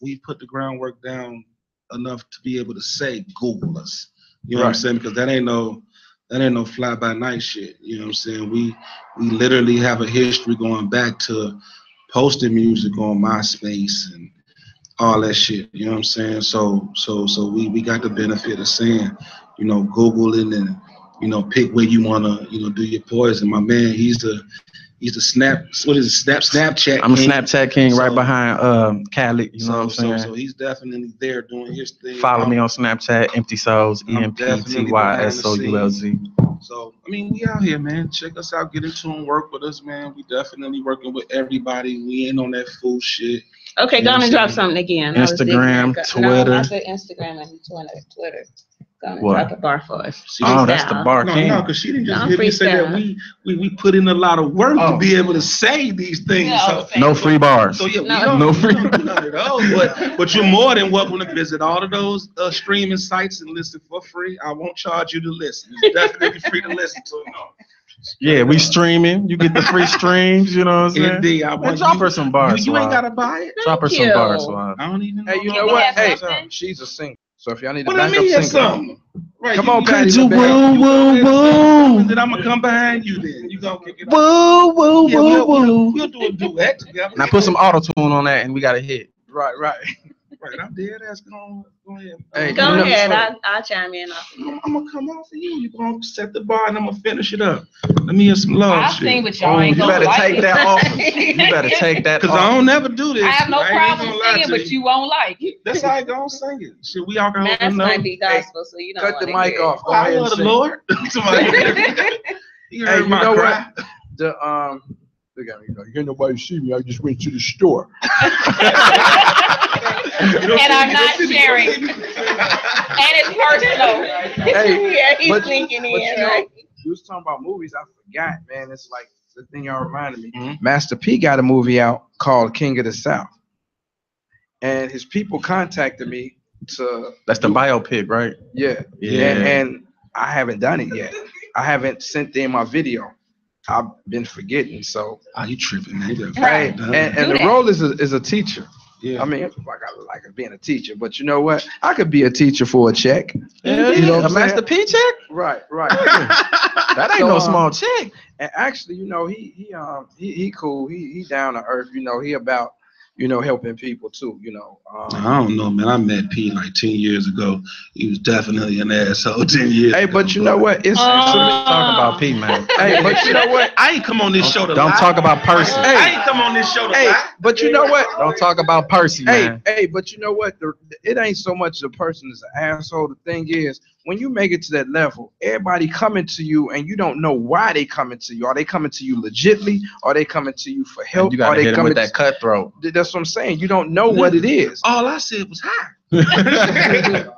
we put the groundwork down enough to be able to say Google us. You know what I'm
Right.
saying? Because that ain't no that ain't no fly by night shit. You know what I'm saying? We we literally have a history going back to posting music on MySpace and all that shit. You know what I'm saying? So so so we we got the benefit of saying, you know, Googling and you know, pick where you wanna, you know, do your poison. My man, he's the he's the snap what is it, snap Snapchat.
I'm a
king.
Snapchat king right
So-
behind um Khaled. You know what I'm
so, so,
saying?
so he's definitely there doing his thing.
Follow me on Snapchat, Empty Souls, E
I'm
M P T Y S O U L Z.
So I mean, we out here, man. Check us out. Get into and work with us, man. We definitely working with everybody. We ain't on that fool shit.
Okay,
You know
go on and
what I'm
drop
saying?
something again.
Instagram,
No, I
Twitter.
said Instagram and Twitter. Twitter. Go and
What?
drop a bar for us.
Oh, that's the bar
No,
king.
no, because she didn't just
Don't
hear me say that.
freestyle.
We, we, we put in a lot of work to be able to say these things. so-
Oh. No free bars.
So yeah, we
No.
don't,
No
no
free-
free. none of those, but, but you're more than welcome to visit all of those uh, streaming sites and listen for free. I won't charge you to listen. It's definitely free to listen to.
Yeah, we streaming. You get the free streams. You know what I'm saying?
Indeed, I
Man,
want
drop
you-
her some bars.
You, you ain't
Swag.
gotta buy it.
Drop her some bars. Swag.
I don't even.
Hey, you
know
know
we
what?
have
Hey,
something.
she's a singer. So if y'all need a
What do you
backup
mean
singer,
that's something? Right,
come
you-
on,
you can't
Patty
do
LaBelle.
woo, woo, Then I'm gonna come behind you. Then you gonna kick it.
Woo, woo,
Yeah,
woo,
we'll-
woo.
We'll do a duet together.
Now put some auto tune on that, and we got a hit.
Right, right.
Right, I'm dead ass. Go go ahead.
Hey,
Go
you know-
ahead. I, I'll chime in. off
I'm, I'm gonna come off of you. You gonna set the bar and I'm gonna finish it up. Let me hear some love.
I've
shit.
seen what y'all ain't
you
gonna
better
like
take
it.
that off.
You better take that.
Cause
off.
I don't never do this.
I have no
ain't
problem
gonna lie
singing,
to
but you won't like it.
That's how I go sing it. Shit, we all gonna
Mass
know.
might be gospel, so you don't
Cut the
wanna
mic
hear it.
off. Go
I
ahead and
love the
sing.
Lord. Somebody- You
Hey,
heard
you
my
know
cry.
what? The um, look at me. You know, you ain't nobody see me. I just went to the store.
And I'm not sharing. And it's personal.
Hey,
Yeah, he's
but-
sneaking
but you
in,
know-
right?
you was talking about movies. I forgot, man. It's like the thing y'all reminded me.
Mm-hmm.
Master P got a movie out called King of the South, and his people contacted me to
That's the biopic, right?
yeah,
Yeah.
and, and I haven't done it yet. I haven't sent them my video. I've been forgetting. So
Ah,
Are you tripping? man. You better-
Right. And, and
Do
the
that.
role is a, is a teacher.
Yeah.
I mean, it's like I like being a teacher, but you know what? I could be a teacher for a check. You know what
a
I'm
Master P check?
Right, right.
That ain't
So,
no
um,
small check.
And actually, you know, he he um he, he cool. He he down to earth. You know, he about you know helping people too. You know. Um,
I don't know, man. I met P like ten years ago. He was definitely an asshole ten years.
hey,
ago,
but you know what? It's
Oh.
Actually,
Ah.
let's talk about P, man.
hey, but you know what?
I ain't come on this show to
Don't
lie.
talk about Percy.
Hey.
I ain't come on this show to
Hey,
lie.
but you know what?
Don't talk about Percy,
Hey,
man.
hey, but you know what? The, it ain't so much the person is an asshole. The thing is, when you make it to that level, everybody coming to you, and you don't know why they coming to you. Are they coming to you legitly? Are they coming to you for help?
You
Are
gotta
they
hit him
coming?
with that cutthroat.
to- that's what I'm saying. You don't know what it is.
All I said was hi. That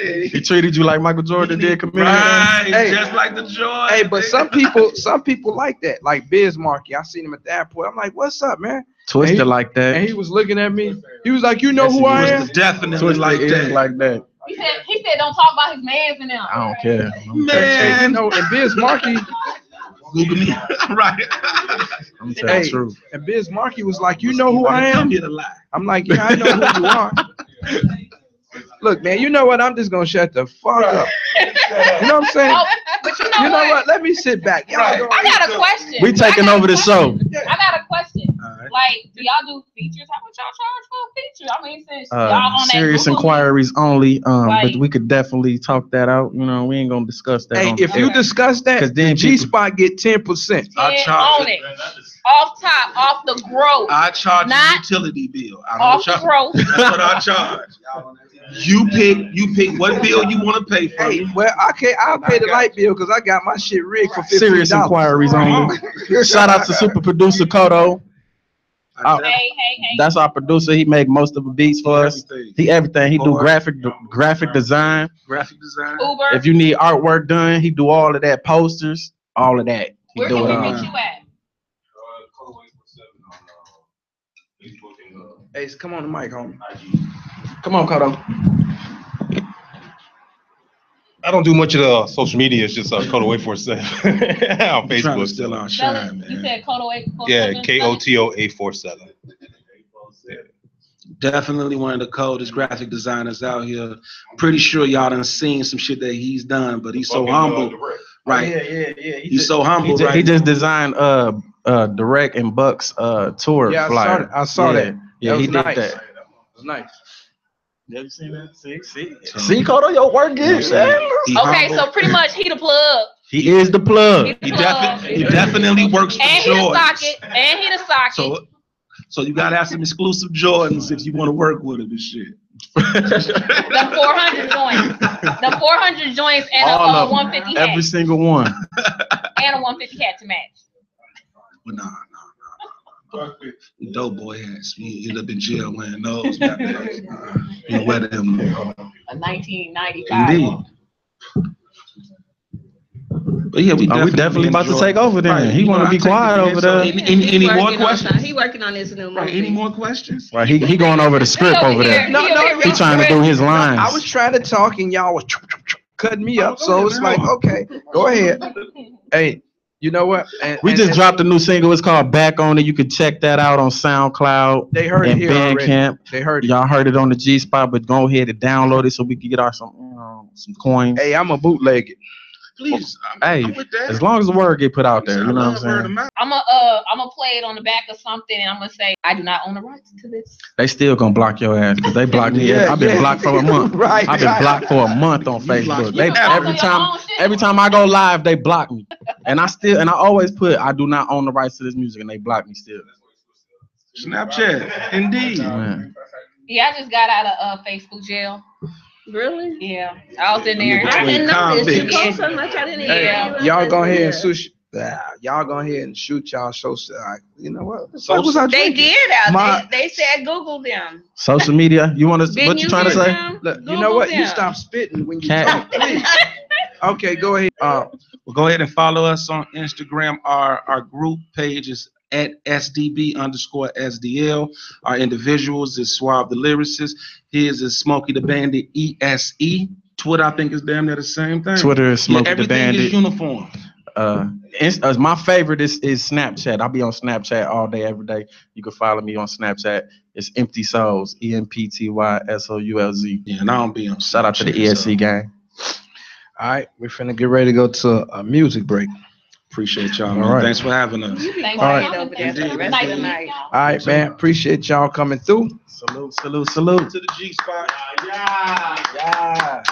is-
He treated you like Michael Jordan did comedian.
Right,
Hey.
just like the joy.
Hey, but some people, some people like that, like Biz Markie. I seen him at the airport. I'm like, "What's up, man?"
Twisted
And he-
like that.
And he was looking at me. He was like, "You know
Yes, he
who I
was.
am?"
was definitely
Twisted
like
is
that.
like that.
He said, he said, don't talk about his mans and them.
I don't care. I don't care.
Hey, you
man,
know, and Biz Markie,
Google me. right.
I'm telling
Hey.
the truth.
and Biz Markie was like, "You know who I
Wanna
am?"
Come here to lie.
I'm like, "Yeah, I know who you are." Look, man, you know what? I'm just gonna shut the fuck up. You know what I'm saying?
Oh, but you know,
You know
what?
what? Let me sit back. Y'all
Right.
go-
I got a question.
We taking
I got a
over the show.
question. I got a question.
Alright.
Like, do y'all do features? How much y'all charge for a feature? I mean, since y'all
Uh,
on that
serious
Google
inquiries only. Um,
Right.
but we could definitely talk that out. You know, we ain't gonna discuss that.
Hey,
on-
if you discuss
Cause
that,
then
G
people,
Spot get ten percent.
I
Ten
charge
on
it.
it, off top, off the growth,
I charge
Not-
the utility bill. I don't
off the
charge.
growth.
That's what I charge. You pick. You pick what bill you want to pay for.
Hey, well, I can't. I'll pay the light bill because I got my shit rigged for fifteen
serious inquiries only. Shout out to super producer Kodo. Uh,
I
Hey,
tell
hey, hey.
That's our producer. He make most of the beats
you
for us.
everything.
He everything. He do
Board.
graphic graphic design.
Graphic design.
Uber.
If you need artwork done, he do all of that. Posters, all of that. He
Where
do
can
it
we
all.
meet you at?
Hey, come on the mic, homie. Come on, Kodo.
I don't do much of the social media. It's just uh, Code Away for Seven on
I'm trying to
Facebook.
steal our
Fellas,
shine,
you
man. E
said Koto eight four
yeah,
seven?
K O T O A four seven.
Definitely one of the coldest graphic designers out here. Pretty sure y'all done seen some shit that he's done, but he's
uh,
so humble, right?
yeah, yeah.
He's so
He
humble,
just, he
right?
just designed uh uh direct and Bucks uh tour
Yeah, I saw
flyer.
that- I saw
yeah.
that.
Yeah,
That
he
was
did
nice.
that.
nice.
Never seen that. See, see,
So-
see, Kodo, your work is.
He
Okay,
humble.
so pretty much he the plug.
He is the plug.
He
He the plug.
definitely, he definitely works for
And he the
Jordans.
socket. And he the socket.
So, so you gotta have some exclusive Jordans if you want to work with him and shit.
The four hundred joints. The four hundred joints and
All
a
of 'em.
one fifty hat.
Every single one.
And a one fifty hat to match.
But nah, nah, nah, nah, nah. Dope boy hats. You end up in jail wearing those. man. Uh-uh. You wear them.
A nineteen ninety
Indeed.
five.
But yeah, we
Oh, we definitely about to take over then. He wanna be quiet over there. Any-
He's
any
working
more
on
questions?
something. He working on his new movie. Any
more questions?
Right, he, he going over the script over there.
No, no,
He trying to do his
no, I
lines.
was trying to talk and y'all was cutting me up, so it's like, okay, go ahead. Hey, you know what? And-
We
and-
just
and-
dropped a new single. It's called Back On It. You can check that out on SoundCloud.
They heard it
and
here already.
Bandcamp.
They heard it.
Y'all heard it on the G Spot, but go ahead and download it so we can get our some um, some coins.
Hey, I'm a bootleg it.
Please.
Hey, as long as the word get put out there, you know what I'm saying?
I'm gonna uh, I'm gonna play it on the back of something, and I'm gonna say I do not own the rights to this.
They still gonna block your ass because they blocked me.
Yeah,
I've been
yeah.
blocked for a month.
Right,
I've been
right.
blocked for a month on Facebook. They
blocked your
every
own
time every time I go live, they block me. And I still and I always put I do not own the rights to this music, and they block me still.
Snapchat, indeed.
Yeah, I just got out of uh, Facebook jail.
Really?
Yeah, I was in
I'm
there.
in I didn't know this. You between post
so much, I didn't
Yeah.
Y'all go ahead and shoot. ah, Y'all go ahead and shoot y'all social. I- You know what? The fuck was I
They
drinking?
did out.
My-
they, they said Google them.
Social media, you want to?
Been
What you trying to
using
say?
them?
Look, you know
Google
what? You
them.
stop spitting when you
Cat.
talk. Okay, go ahead. Uh,
Well, go ahead and follow us on Instagram. Our our group page is at SDB underscore SDL. Our individuals is Swab the Lyricist. His is Smokey the Bandit ESE. Twitter, I think, is damn near the same thing.
Twitter is Smokey the
Everything
Bandit.
is uniform.
uh, Inst- uh, my favorite is, is Snapchat. I'll be on Snapchat all day, every day. You can follow me on Snapchat. It's Empty Souls, E M P T Y S O U L Z.
Yeah, and I don't be on.
Shout out to the
Snapchat,
ESC gang.
all right, we're finna get ready to go to a music break.
Appreciate y'all,
All
man.
right.
Thanks for having us.
Thank
All
you
right.
over there for the rest of the night.
All right, man. Appreciate y'all coming through.
Salute, salute, salute.
To the G spot.
Ah,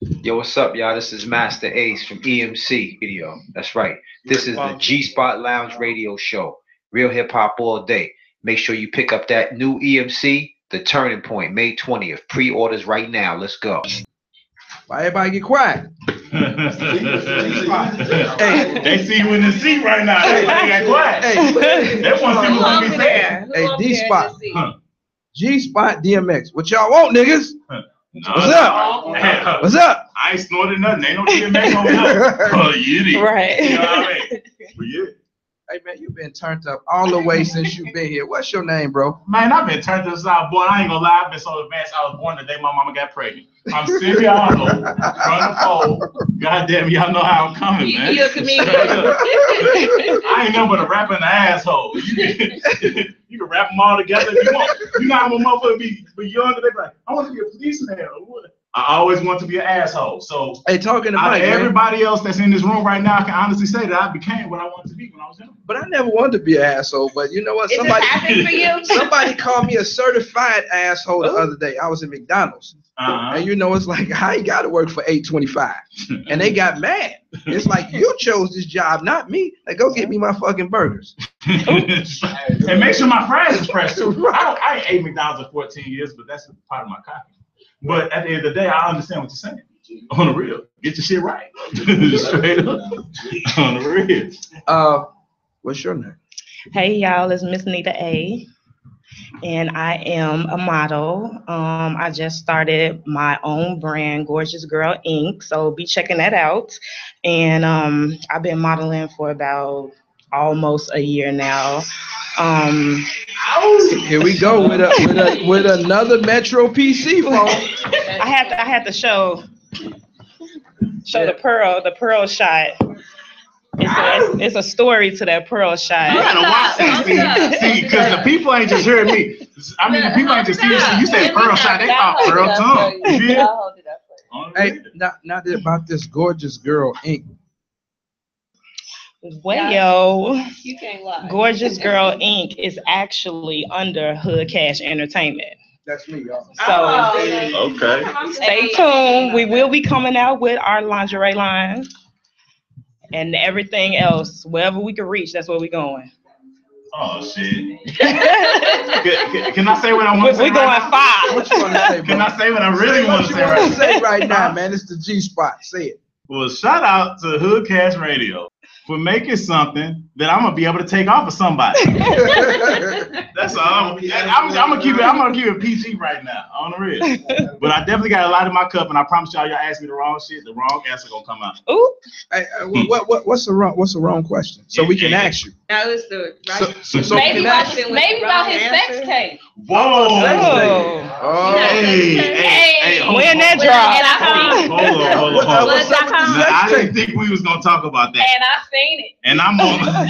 Yo, what's up, y'all? This is Master Ace from EMC Video. That's right. This is the G Spot Lounge Radio Show. Real hip hop all day. Make sure you pick up that new EMC, The Turning Point, May 20th. Pre orders right now. Let's go.
Why everybody get quiet?
They see you in the seat right now. They got quiet.
Hey.
They want to see what we saying.
Hey, D spot. G spot DMX. What y'all want, niggas? What's up? What's up?
I ain't snorted nothing. Ain't no DMX on nothing. Oh, you did.
Right.
You know what I mean? But yeah.
Hey man, you've been turned up all the way since you've been here. What's your name, bro?
Man, I've been turned upside boy. I ain't gonna lie. I've been so advanced. I was born the day my mama got pregnant. I'm Siriano from the pole. Goddamn, y'all know how I'm coming,
You-
man.
you a comedian.
Straight up. I ain't nothing but a rapper and an asshole. You can, you can rap them all together if you want. You know how a motherfucker be, be younger. They be like, I want to be a policeman. or what? I always want to be an asshole. So
Hey, talking to
out
Mike,
of
man.
everybody else that's in this room right now, I can honestly say that I became what I wanted to be when I was younger.
But I never wanted to be an asshole. But you know what?
It just
Somebody
happened for you?
somebody called me a certified asshole the other day. I was in McDonald's,
Uh-huh.
and you know it's like I ain't got to work for eight twenty five, and they got mad. It's like you chose this job, not me. Like go get me my fucking burgers.
and make sure my fries is fresh too. I, don't, I ain't ate McDonald's in 14 years, but that's part of my cocky. But at the end of the day, I understand what you're saying. On the real, get your shit right. Straight up. On the real.
Uh, what's your name?
Hey y'all, it's Miss Nita A. And I am a model. Um, I just started my own brand, Gorgeous Girl Inc. So be checking that out. And um, I've been modeling for about almost a year now. Um,
Here we go with a with a with another Metro PC phone.
I had to, I had to show show the pearl, the pearl shot. It's a, it's, it's a story to that pearl shot.
You gotta watch that. See, see, because the people ain't just hearing me. I mean, the people ain't just hearing you. You said Pearl shot, they thought Pearl tongue. You feel?
Hey, not not about this gorgeous girl Inc.
Wayo.
You can't lie.
Gorgeous Girl Inc. is actually under Hood Cash Entertainment.
That's me, y'all.
So
Oh,
Okay.
stay tuned. We will be coming out with our lingerie line and everything else. Wherever we can reach, that's where we're going.
Oh, shit. Can can I say what I want to say?
We're going
right now?
far.
What you want to say, bro?
Can I say what I really want to say
What
right
you
now?
say right now, man? It's the G spot. Say it.
Well, shout out to Hood Cash Radio for making something that I'm gonna be able to take off of somebody. That's That's all. I'm, I'm, I'm gonna keep it. I'm gonna keep it PG right now on the real. But I definitely got a lot in my cup, and I promise y'all, y'all ask me the wrong shit, the wrong answer gonna come out.
Ooh.
Hey, uh, wha- what, what, what's the wrong, what's the wrong question? So we can ask you.
Now it's the
So- so- so
Maybe
can
about
I-
his-
Maybe about his sex tape.
Whoa.
Oh.
Hey, hey, hey, hold
When
on.
that drop.
Hold on, hold on, hold on.
What's up with the
Now, I
sex
didn't think we was gonna talk about that,
And I've seen it.
and I'm on.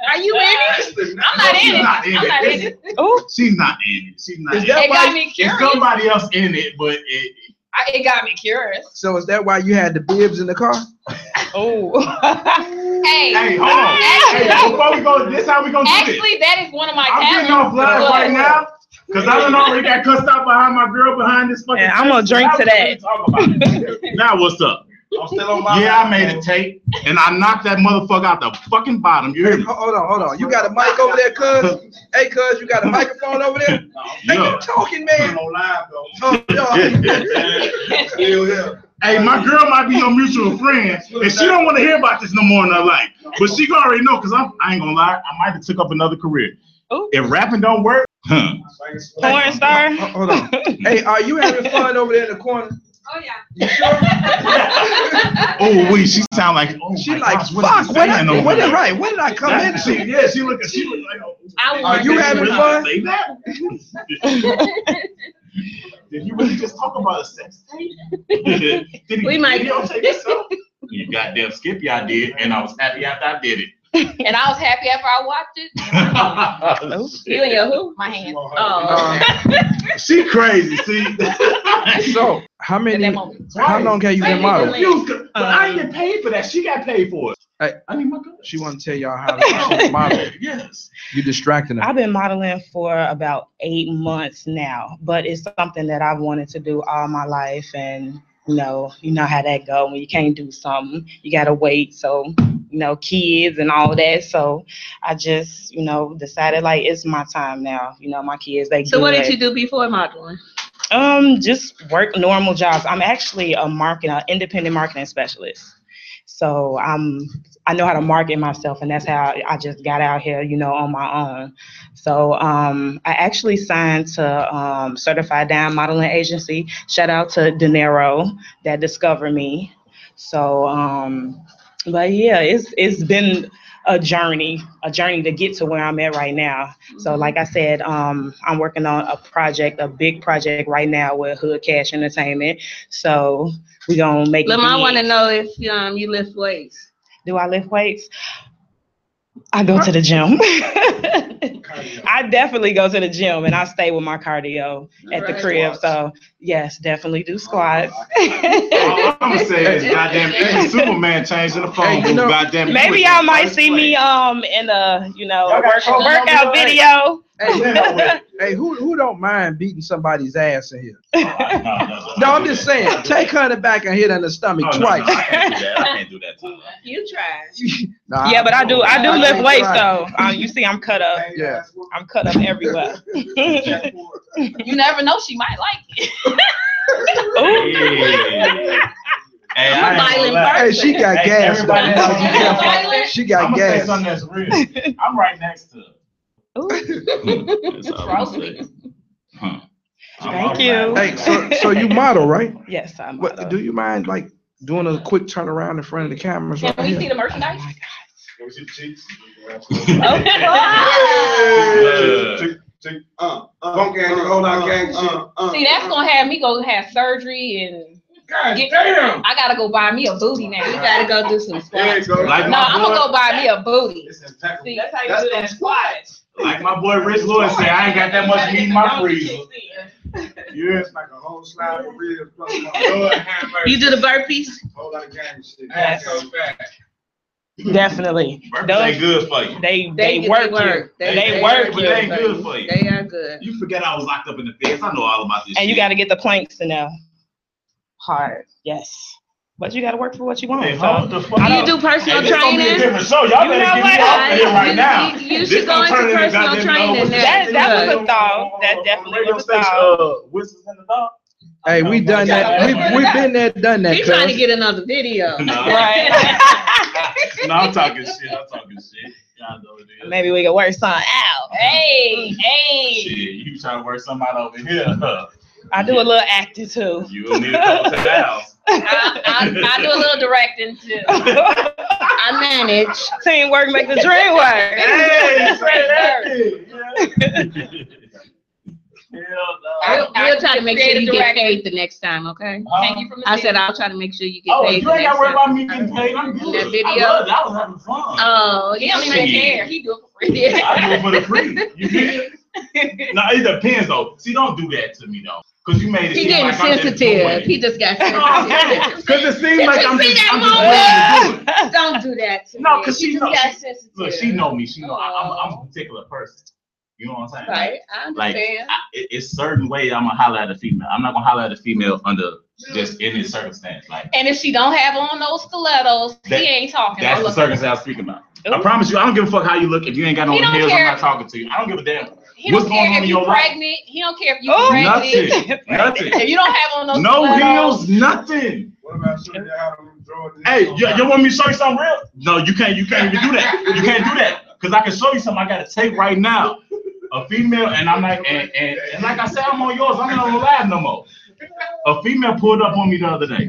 Are you in it? I'm not in
She's
it.
not in
I'm not in it.
it. She's not in it. She's not.
Is
in
that
it.
why- It got me
It's
curious.
Somebody else in it, but it.
I- It got me curious.
So is that why you had the bibs in the car?
Oh.
Hey.
Hey, hold on.
Actually-
Hey, before we go, this how we gonna do this.
Actually, that is one of my
I'm
talents.
getting off live right now because I don't already got cussed out behind my girl behind this fucking.
Yeah, I'm gonna drink
table. Now
to
we can talk about it. now what's up?
I'm still on
Yeah, I made a tape and I knocked that motherfucker out the fucking bottom. You hear me?
Hold on, hold on. You got a mic over there, cuz? Hey, cuz, you got a microphone over there?
Yeah.
Talking, man. Oh, no.
Hey, my girl might be your mutual friend, and she don't want to hear about this no more in her life. But she gonna already know, cause I'm, I ain't gonna lie, I might have took up another career. If rapping don't work, huh?
Porn star.
Hold on. Hey, are you having fun over there in the corner?
Oh, yeah.
Oh wait, she sound like oh
She
my
like,
gosh, what is
fuck,
she
what,
saying
I,
over
what,
there?
right, what did I come
That- she-
into?
Yeah, she look, she look like. oh,
I
Are
want
you
to-
having
really
fun?
Say that? Did you really just talk about a sex tape? Did he
We might-
videotape himself? You goddamn Skippy, I did, and I was happy after I did it.
And I was happy after I watched it.
You and
your who? My hand.
Uh,
Oh.
She crazy, see?
So, how many, how long have you been Uh, modeling?
But I ain't get paid for that. She got paid for it.
Hey,
I need my girl.
She want to tell y'all how to she's a model.
Yes.
You distracting her.
I've been modeling for about eight months now, but it's something that I've wanted to do all my life, and you know, you know how that go. When you can't do something, you gotta wait. So, you know, kids and all that. So, I just, you know, decided like it's my time now. You know, my kids they.
So what did
good.
you do before modeling?
Um, just work normal jobs. I'm actually a marketing, an independent marketing specialist. So I'm, I know how to market myself, and that's how I just got out here, you know, on my own. So um, I actually signed to um, Certified Dime Modeling Agency. Shout out to De Niro that discovered me. So, um, but yeah, it's it's been a journey, a journey to get to where I'm at right now. So, like I said, um, I'm working on a project, a big project right now with Hood Cash Entertainment. So we gonna make. it
Lamar
big.
want to know if um you lift weights.
Do I lift weights? I go to the gym. I definitely go to the gym and I stay with my cardio at the
Right.
crib. So yes, definitely do squats.
All I'm gonna say is, goddamn, even Superman changed to the phone booth. Goddamn. you
Maybe
was
y'all
in
might
first
see
place.
me um in a you know
Y'all got
work-
cold
workout
numbers, right?
video.
Hey, hey, who, who don't mind beating somebody's ass in here? No, I'm just saying, take her in the back and hit her in the stomach
Oh, no, no, I
twice.
can't do that. I can't do that. to her.
You tried.
Nah,
Yeah, but I do I do
I
lift
can't
weights
try.
though. Uh, you see, I'm cut up.
Yeah.
I'm cut up everywhere.
Oh. You never know. She might like it.
Hey, Hey, I ain't gonna
Violent
lie.
Hey, she got
Hey,
gas.
everybody
man.
else, be careful.
Violent.
She got
I'm gonna say
gas.
something that's real. I'm right next to her. That's all I'm gonna
Gross.
say. Huh. I'm
Thank
all
you.
right.
Hey, so, so you model, right?
Yes, I'm.
What, do you mind like doing a quick turnaround in front of the cameras
Can
right
we see
here?
the merchandise?
Oh
uh,
Punk gang, hold on, gang. shit.
Uh,
See, that's gonna have me go have surgery and. get- I gotta go buy me a booty now.
You gotta go do some
There
squats.
you go.
Like
No,
my
I'm gonna
boy-
go buy me a booty. See,
impeccable.
that's how
That's
you do that squat.
Like my boy Rich Lord said, I ain't got that much meat in my freezer. Yeah.
It's like a whole slide of ribs. plus my
Lord,
blood,
hamburger.
You do the burpees.
Whole lot of gang shit.
Yes.
That goes back.
Definitely.
Burpees
Those,
ain't good for you.
they they work you. They work
but they ain't
you.
good for you.
They are good.
You forget I was locked up in the feds. I know all about this.
And you
shit.
gotta get the planks in there. Hard, yes. But you gotta work for what you want.
Hey,
so-
hold the fuck
I
up.
don't-
You do
Hey,
personal
this gonna be a
training.
different show. Y'all
You
better
know
get me
what?
off of here
You-
right
you-
now.
you
This
should go
gonna
into
turn
personal
goddamn
training
Elvis
Oh,
now.
Presley.
That- that was a thought. That definitely
Radio
was a
station,
thought.
uh, Whistles in the Dark.
Hey, we done that. We we been there, done that.
He's trying to
cuz.
get another video.
Nah.
Right.
No, I'm talking shit. I'm talking shit. Y'all know it is.
Maybe we can work something out.
Hey, hey. Shit, you trying to work somebody over here? huh?
I do a little acting too.
You gonna need a couple of hours.
I, I, I do a little directing too. I manage.
Teamwork make the dream work.
Hey, say that.
I'll, I'll try to make sure you
Creative
get paid the next time, okay?
Thank you for
I said I'll try to make sure you get
Uh-huh. Oh,
paid
you
the
ain't
next
gotta worry
time.
about me getting paid. I'm good.
That video.
I love it. I was having fun.
Oh,
He don't
yeah.
even care.
He do it for
I do it for the free. You get it? No, it depends though. See, don't do that to me though, because you made it.
He
seem
getting
like I'm just doing
sensitive.
it.
He just got sensitive.
Because it Oh, seems like
you
I'm
see
just,
that
I'm just willing to do it.
Don't do that to me.
No, because she
You
knows.
got
Look,
sensitive.
she know me. She know I, I'm,
Oh.
I'm a particular person. You know what I'm saying?
Right, I
Like,
understand.
I- it, it's certain way I'm gonna holler at a female. I'm not gonna holler at a female under just
Mm.
any circumstance. Like
And if she don't have on those stilettos,
That-
he ain't talking.
that's the
Look,
circumstance I'm speaking about. I
Ooh.
promise you, I don't give a fuck how you look. If you ain't got no
He don't
heels, I'm
care.
not talking to you. I don't give a damn.
He
What's
don't
going
care
on
if
in
you
your life?
pregnant. He don't care if you
Ooh.
pregnant.
Oh, Nothing. Nothing.
If you don't have on those
No
stilettos,
heels, nothing. Hey, you, you want me to show you something real? No, you can't. You can't even do that. You can't do that because I can show you something I gotta take right now. A female, and I'm like, and, and, and like I said, I'm on yours. I'm not on the live no more. A female pulled up on me the other day.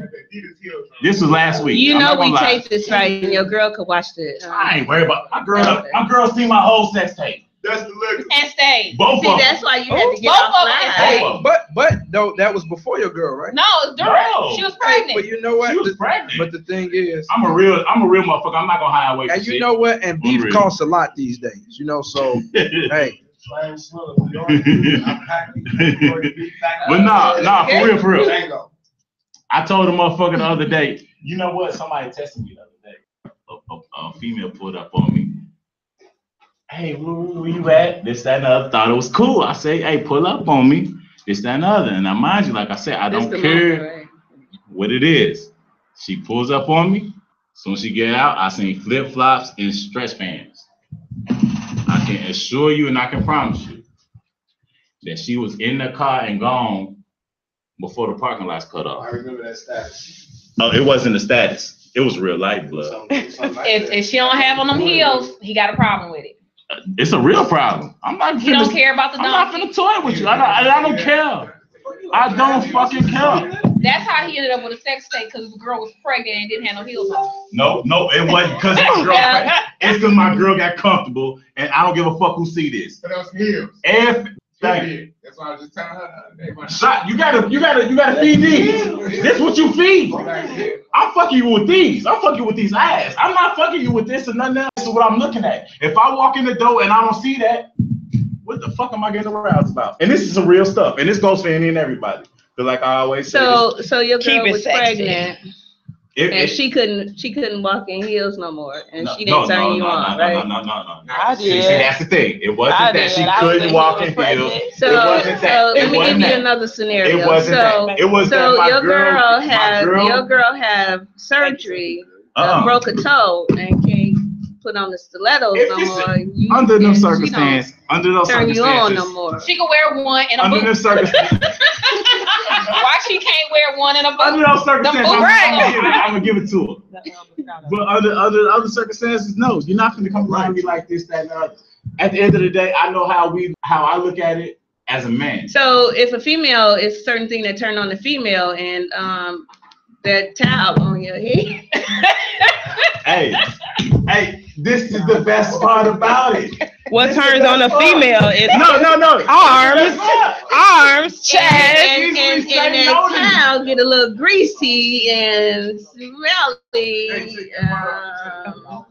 This was last week.
You
I'm
know
not gonna
we
lie.
taped this right, and your girl could watch this.
I ain't worried about my girl. My girl seen my whole sex tape. That's the liquor.
and stay.
Both
See,
of
that's
them.
why you had to get
Both of them.
offline.
Hey, but but though that was before your girl, right?
No, it's during.
No.
She was
Hey,
pregnant.
but you know what?
She was
The-
pregnant.
But the thing is,
I'm a real, I'm a real motherfucker. I'm not gonna hide away. from
and you
shit.
know what? And beef
real.
costs a lot these days, you know. So hey,
but nah, nah, for real, for real. I told a motherfucker the other day. You know what? Somebody texted me the other day. A, a- a female pulled up on me. Hey, where, where you at? This, that, and the other. Thought it was cool. I say, hey, pull up on me. This, that, and the other. And I mind you, like I said, I
That's
don't
the
care
moment, right?
what it is. She pulls up on me. Soon as she get out, I seen flip flops and stretch pants. I can assure you, and I can promise you, that she was in the car and gone before the parking lots cut off.
remember that status.
No, it wasn't a status. It was real life blood.
If, if she don't have on them heels, he got a problem with it.
It's a real problem. I'm not.
He don't
finna-
care about the
I'm not
donkey.
finna toy with you. I don't, I don't care. I don't fucking care.
That's how he ended up with a sex tape because the girl was pregnant and didn't have no heels on.
No, no, it wasn't because my girl. It's because my girl got comfortable, and I don't give a fuck who see this.
Put out some heels.
F, thank you.
Period. That's why I was just telling her. the other day, my-
Shot, you gotta, you gotta, you gotta feed these. This what you feed. I'm fucking you with these. I'm fucking you with these ass. I'm not fucking you with this and nothing else. This is what I'm looking at. If I walk in the door and I don't see that, what the fuck am I getting aroused about? And this is some real stuff. And this goes for any and everybody. But like I always say,
So, so your
Keep
girl
it
was
sexy.
pregnant,
it-
and
it-
she couldn't, she couldn't walk in heels no more, and
no,
she
no,
didn't turn
no,
you
no,
on,
no,
right?
No, no, no, no, no.
I
See,
did.
see, that's the thing. It wasn't
I
that she
did. I
couldn't
was
walk in
pregnant.
heels.
So,
it wasn't
so
that.
let
it
me give
wasn't
you
that.
another scenario.
It wasn't
so,
that. It was
so
that my
your
girl-
girl,
my
had
girl-
your girl have surgery, uh,
Uh-uh.
broke a toe, and can't put on the stilettos
If
no
it's-
more. You,
Under them
and she don't
circumstances, under those
turn you on no
circumstances,
more.
She can wear one in a
under
boot.
them circumstances.
Why she can't wear one in a boot?
Under those circumstances,
Them boots
I'm, I'm, gonna give it,
on.
I'm gonna give it to her. But under under other circumstances, no, you're not gonna come around me like this, that, and the other. At the end of the day, I know how we how I look at it as a man.
So if a female is certain thing that turn on the female and um that towel on your head.
Hey, hey, this is the best part about it.
What turns on a female is
No, no, no.
arms, arms,
And, and,
chest.
and, and that towel get a little greasy and smelly. um,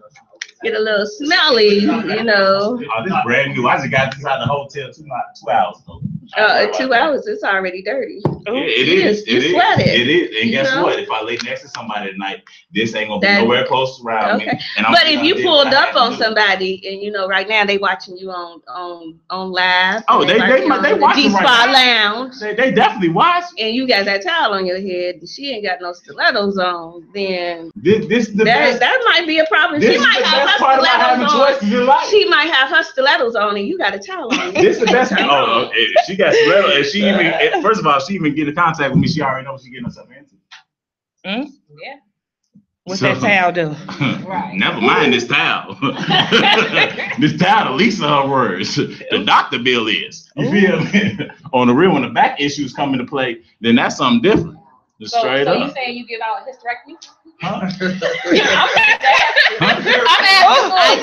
Get a little smelly, you know.
Oh, this is brand new. I just got this out of the hotel two, mi- two hours ago.
Uh, two hours, it's already dirty.
Yeah, it
Oh, You
is.
just- you
It is.
sweat it.
It is. And
you
guess
know?
what? If I lay next to somebody tonight, this ain't gonna be
That-
nowhere close around me.
Okay.
And I'm
But
sitting
if
out
you
there
pulled
like, I
up
had
on
to do it.
somebody and you know, right now they watching you on, on, on live.
Oh, they- they-
watching
they
on the
watching right
G-Spot
now.
Lounge.
They, they definitely watch.
And you got that towel on your head and she ain't got no stilettos on, then
This, this the
that,
best.
that might be a problem.
this
She
is
might
the
have
best
her
part about having
stilettos on.
choices in life.
She might have her stilettos on and you got a towel on.
This is the best. Oh, oh, eh, she she got settled. And she even, and first of all, she even get in contact with me. She already knows she getting herself into.
Mm? Yeah.
What's
that
Hmm? towel do?
Never mind this towel. this towel, the least of her words. The doctor bill is. You feel me? On the real, when the back issues come into play, then that's something different. Just
So,
straight
so you
up.
saying you give out a hysterectomy?
Oh.
I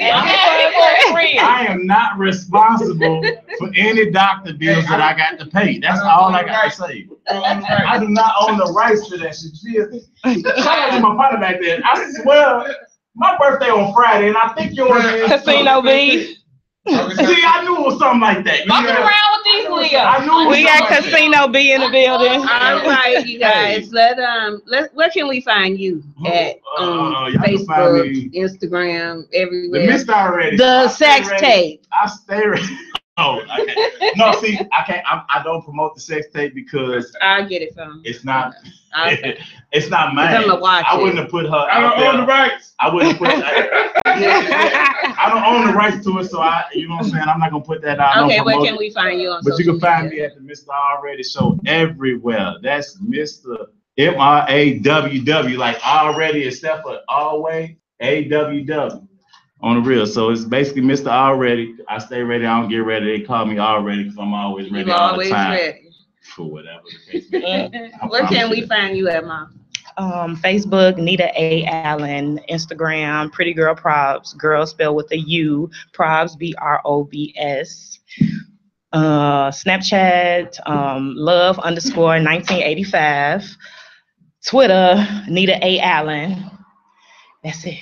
Right. I am not responsible for any doctor bills that I got to pay. That's all I got to say. I do not own the rights to that shit. You feel me? Shout out to my partner back there. I swear, my birthday on Friday, and I think yours is.
Casino B.
See, I knew it was something like that. You
Fucking
know?
around with these Leah.
I knew it was
We got
something like that.
Casino B in the
All
building.
right, you guys. Let um, let where can we find you at um,
Oh, Uh, y'all can find
Facebook,
me-
Instagram, everywhere.
The missed already.
The
I stay
sex
ready.
tape.
I stay ready. Oh, okay. no, see, I can't. I, I don't promote the sex tape because
I get it from.
it's not.
Okay.
it's not mine.
Tell 'em to watch
I
it.
wouldn't have put her.
I don't
out there.
own the
rights. I wouldn't have put. I, I don't own the rights to it, so I. You know what I'm saying. I'm not gonna put that out. I don't
Okay, where
promote
can
it.
we find you on?
But you
social
can find me at the Mr. Already Show everywhere. That's Mr. M R A W W, like already except for always A W W on the real. So it's basically Mr. Already. I stay ready. I don't get ready. They call me already because I'm always ready
You
all
always
the time
ready.
for whatever.
Where can we find you at, Mom?
Um, Facebook, Nita A. Allen, Instagram, Pretty Girl Probs, girl spelled with a U, Probs, B R O B S. Uh, Snapchat, um, love underscore 1985. Twitter, Nita A. Allen. That's it.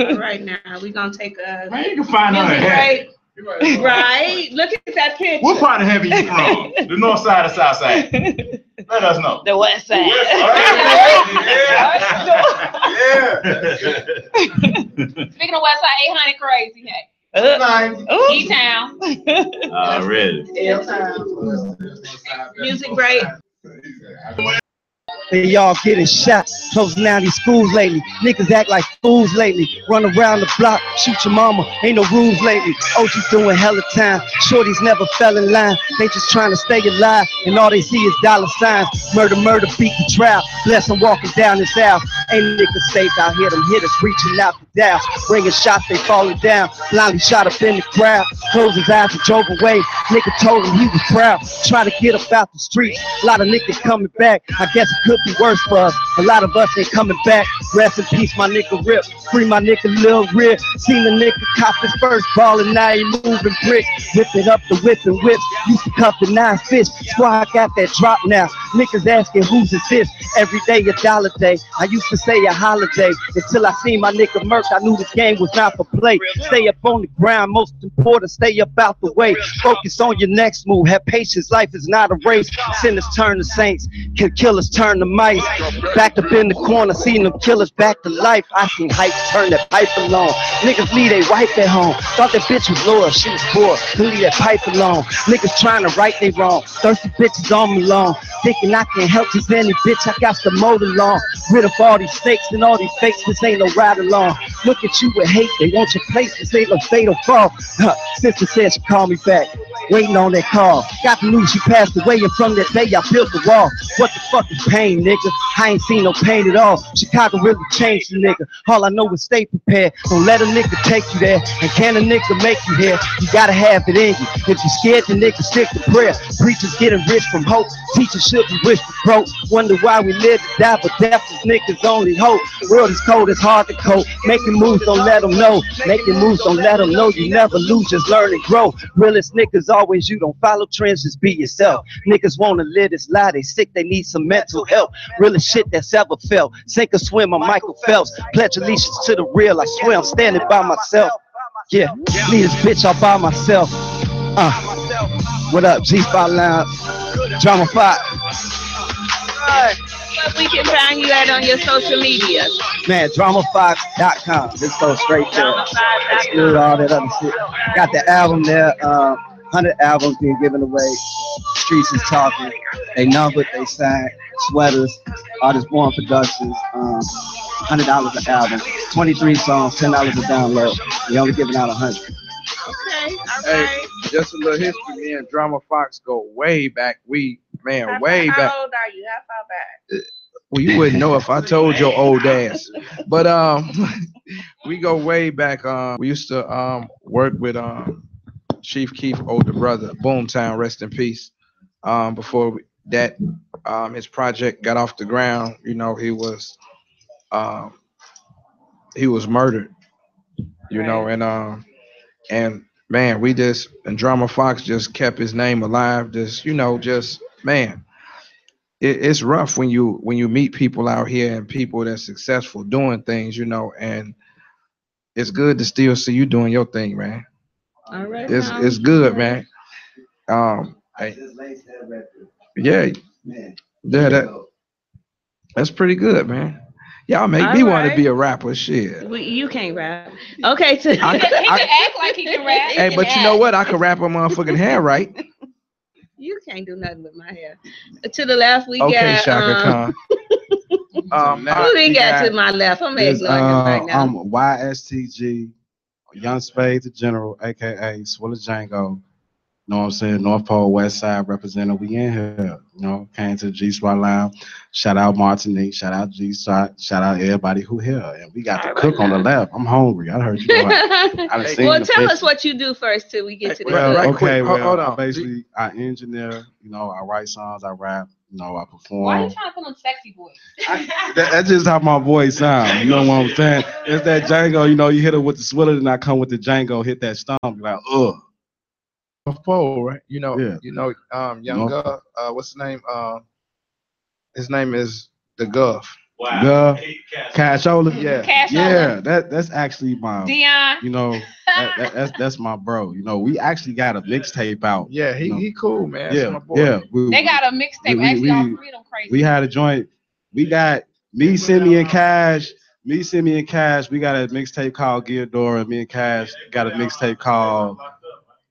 All right now, we gonna take a.
Man, you can find her in
music
heaven.
break. Right, look at that picture.
What part of heaven you from? The north side or south side? Let us know.
The west side.
Speaking of Westside 800 crazy, hey. E-Town.
Already.
Music break.
They y'all getting shot. Closing down these schools lately. Niggas act like fools lately. Run around the block, shoot your mama. Ain't no rules lately. OG's doing hella time. Shorties never fell in line. They just trying to stay alive. And all they see is dollar signs. Murder, murder, beat the trap. Bless 'em walking down this aisle. Ain't niggas safe out here. Them hitters reaching out for down. Ringing shots, they falling down. Blindly shot up in the crowd. Closed his eyes and drove away. Nigga told him he was proud. Trying to get up out the streets. A lot of niggas coming back. I guess it could be worse for us. A lot of us ain't coming back. Rest in peace, my nigga Rip. Free my nigga Lil Rip. Seen a nigga cop his first ball and now he moving bricks. Whipping up the whip and whips. Used to cuff the nine fish. Squad got that drop now. Niggas asking who's is this? Every day a dollar day. I used to say a holiday until I seen my nigga Merc. I knew this game was not for play. Stay up on the ground, most important, stay up out the way. Focus on your next move. Have patience, life is not a race. Sinners turn to saints, Kill killers turn to mice. Backed up in the corner, seen them killers back to life. I seen hypes turn that pipe alone. Niggas leave they wife at home. Thought that bitch was loyal, she was poor. Who leave that pipe alone? Niggas trying to right they wrong. Thirsty bitches on me long. Thinking I can help these any bitch, I got the motor long. Rid of all these snakes and all these fakes, this ain't no ride along. Look at you with hate, they want your place, this ain't no fatal fall. Huh, Sister said she called me back, waiting on that call. Got the news she passed away, and from that day I built the wall. What the fuck is pain, nigga? I ain't seen no pain at all. Chicago really changed the nigga. All I know is stay prepared. Don't let a nigga take you there, and can a nigga make you here? You gotta have it in you. If you scared, the nigga stick to prayer. Preachers getting rich from hope. Teachers should be rich from broke. Wonder why we live to die, but death is niggas only hope. World is cold, it's hard to cope. Making moves, don't let them know. Making moves, don't let them know. You never lose, just learn and grow. Realest niggas always you. Don't follow trends, just be yourself. Niggas wanna live this lie. They sick, they need some mental help. Realest shit that's ever felt. Sink or swim, I'm Michael Phelps. Pledge allegiance to the real. I swear I'm standing by myself. Yeah, leave this bitch all by myself. Uh, what up, G5 Lounge? Drama 5.
What we can find you at on your social media.
Man, drama5.com. Just go straight to it. Exclude all that other shit. Got the album there. Um, 100 albums being given away. Streets is talking. They numbered, they signed. Sweaters, Artist Born Productions. Um, $100 an album. 23 songs, $10 a download. We only giving out 100.
Okay, all
Hey,
right.
just a little history. Me and Drama Fox go way back. We man, way back. Uh,
How old are you? How far back?
Well, you wouldn't know if I told your old ass. But um, we go way back. Um, we used to um work with um Chief Keith, older brother, Boomtown, rest in peace. Um, before we- that, um, his project got off the ground. You know, he was um he was murdered. You know, and um and man, we just and Drama Fox just kept his name alive. Just you know, just man it, it's rough when you when you meet people out here and people that's successful doing things, you know, and it's good to still see you doing your thing, man.
All right.
It's it's good, man. Um, I- yeah, yeah, that that's pretty good, man. Y'all make me want to
Alright.
be a rapper, shit.
We, you can't rap. Okay, so
I- He can I-
act like he can rap.
Hey, but you know what? I could rap a motherfucking hair, right?
You can't do nothing with my hair. To the left, we
Okay,
got.
Shaka
um,
Khan. Um,
Who we got to my left? I'm
There's,
ignoring him right
uh,
now.
I'm YSTG, Young Spade the General, aka Swilla Django. Know what I'm saying? North Pole, West Side representative. We in here. You know, came to G Spot Lounge. Shout out Martinique. Shout out G Spot. Shout out everybody who here. And we got the cook on the left. I'm hungry. I heard you. know how- I done seen
well,
the
tell
picture.
us what you do first till we get to the
Well,
hood.
okay, well,
hold
I
on.
basically, I engineer. You know, I write songs. I rap. You know, I perform.
Why are you trying to put on sexy voice?
That, that's just how my voice sound. You know what I'm saying? It's that Django. You know, you hit it with the swiller, and I come with the Django. Hit that stomp. You're like, ugh.
North Pole, right? You know,
Yeah.
you know, um, young
North-
Gov, uh, what's his name? Uh, his name is the Gov.
Wow. Cashola. Yeah.
Cashola.
Yeah. That that's actually my.
Dion.
You know, that, that, that's that's my bro. You know, we actually got a mixtape out.
Yeah, he,
you know.
he cool, man. That's
Yeah,
my boy.
yeah. we-
They got a
we-
mixtape.
we-
Actually, all
we-
three of them crazy.
We had a joint. We got me, Simi, and Cash. Me, Simi, and Cash. We got a mixtape called Geodora. Me and Cash got a mixtape called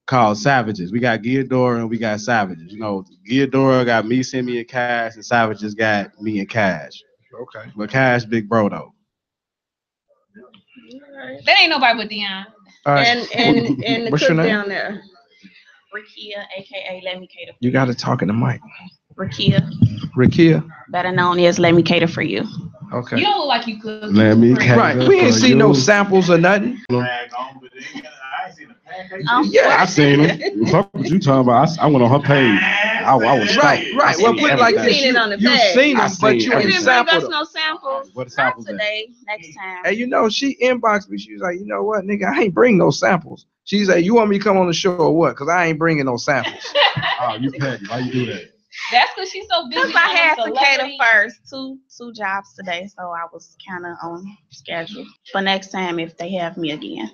called Savages. We got Geodora and we got Savages. You know, Geodora got me, Simi, and Cash, and Savages got me and Cash.
Okay.
But Cash, big bro though.
That ain't nobody but Dion.
And and and the
What's
cook
your name?
down there.
Rakia, aka Let Me Cater.
You got to talk in the mic.
Rakia,
Rakia.
better known as Let Me Cater for You.
Okay.
You don't look like you could.
Let me
Right. We ain't seen no samples or nothing.
Yeah, I seen him. Fuck what you talking about? I s- I, went on her page. I, I was
Right,
stalked. I
right. Well,
seen
put it like
everything.
this. You, you seen
I
them, but
seen
you
everything.
ain't sampled them.
no samples.
What
Not
samples at?
today, next time.
And you know, she inboxed me. She was like, you know what, nigga, I ain't bring no samples. She said, you want me to come on the show or what? Because I ain't bringing no samples.
oh, you petty. Why you do that?
That's because she's so busy.
Cause I
on
had to cater
celebrity.
first, two two jobs today, so I was kind of on schedule. But next time, if they have me again,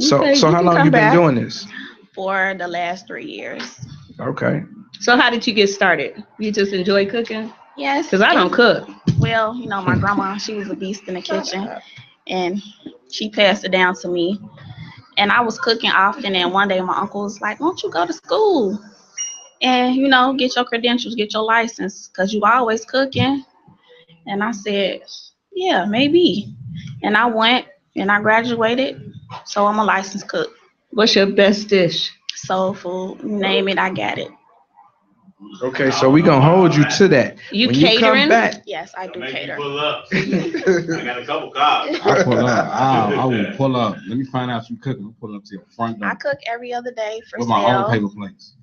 So, so how long you been doing this?
for the last three years.
Okay.
So how did you get started? You just enjoy cooking?
Yes.
Cause I don't cook.
Well, you know, my grandma, she was a beast in the kitchen, and she passed it down to me. And I was cooking often, and one day my uncle was like, "Won't you go to school and you know get your credentials, get your license, cause you always cooking." And I said, "Yeah, maybe." And I went and I graduated, so I'm a licensed cook.
What's your best dish?
Soul food, you name it, I got it.
Okay, so we gonna hold you to that.
You
When
catering?
come back,
Yes, I do cater.
I got a couple cars.
I pull up. I, I will pull up. Let me find out you cooking. I'm pulling up to your front
I
door
cook every other day for
with
sale.
my own paper plates.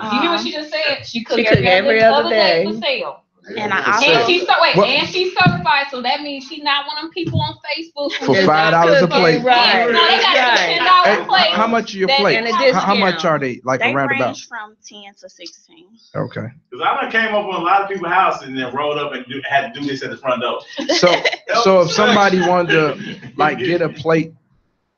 You
Uh,
hear what she just said? She cooked
She cook every other day.
for sale.
And
And
I also
she's so wait,
What-
and she's certified, so that means she's not one of them people on Facebook who
For
just
five
out
dollars a
cooking.
plate.
Yeah, No, they got
Right.
ten dollars
Hey,
a plate.
How much are your plate? How, how much are they? Like
they
a roundabout?
range from ten to sixteen.
Okay.
Cause I done came up on a lot of people's houses and then rolled up and do, had to do this at the front door.
So, so if somebody wanted to like get a plate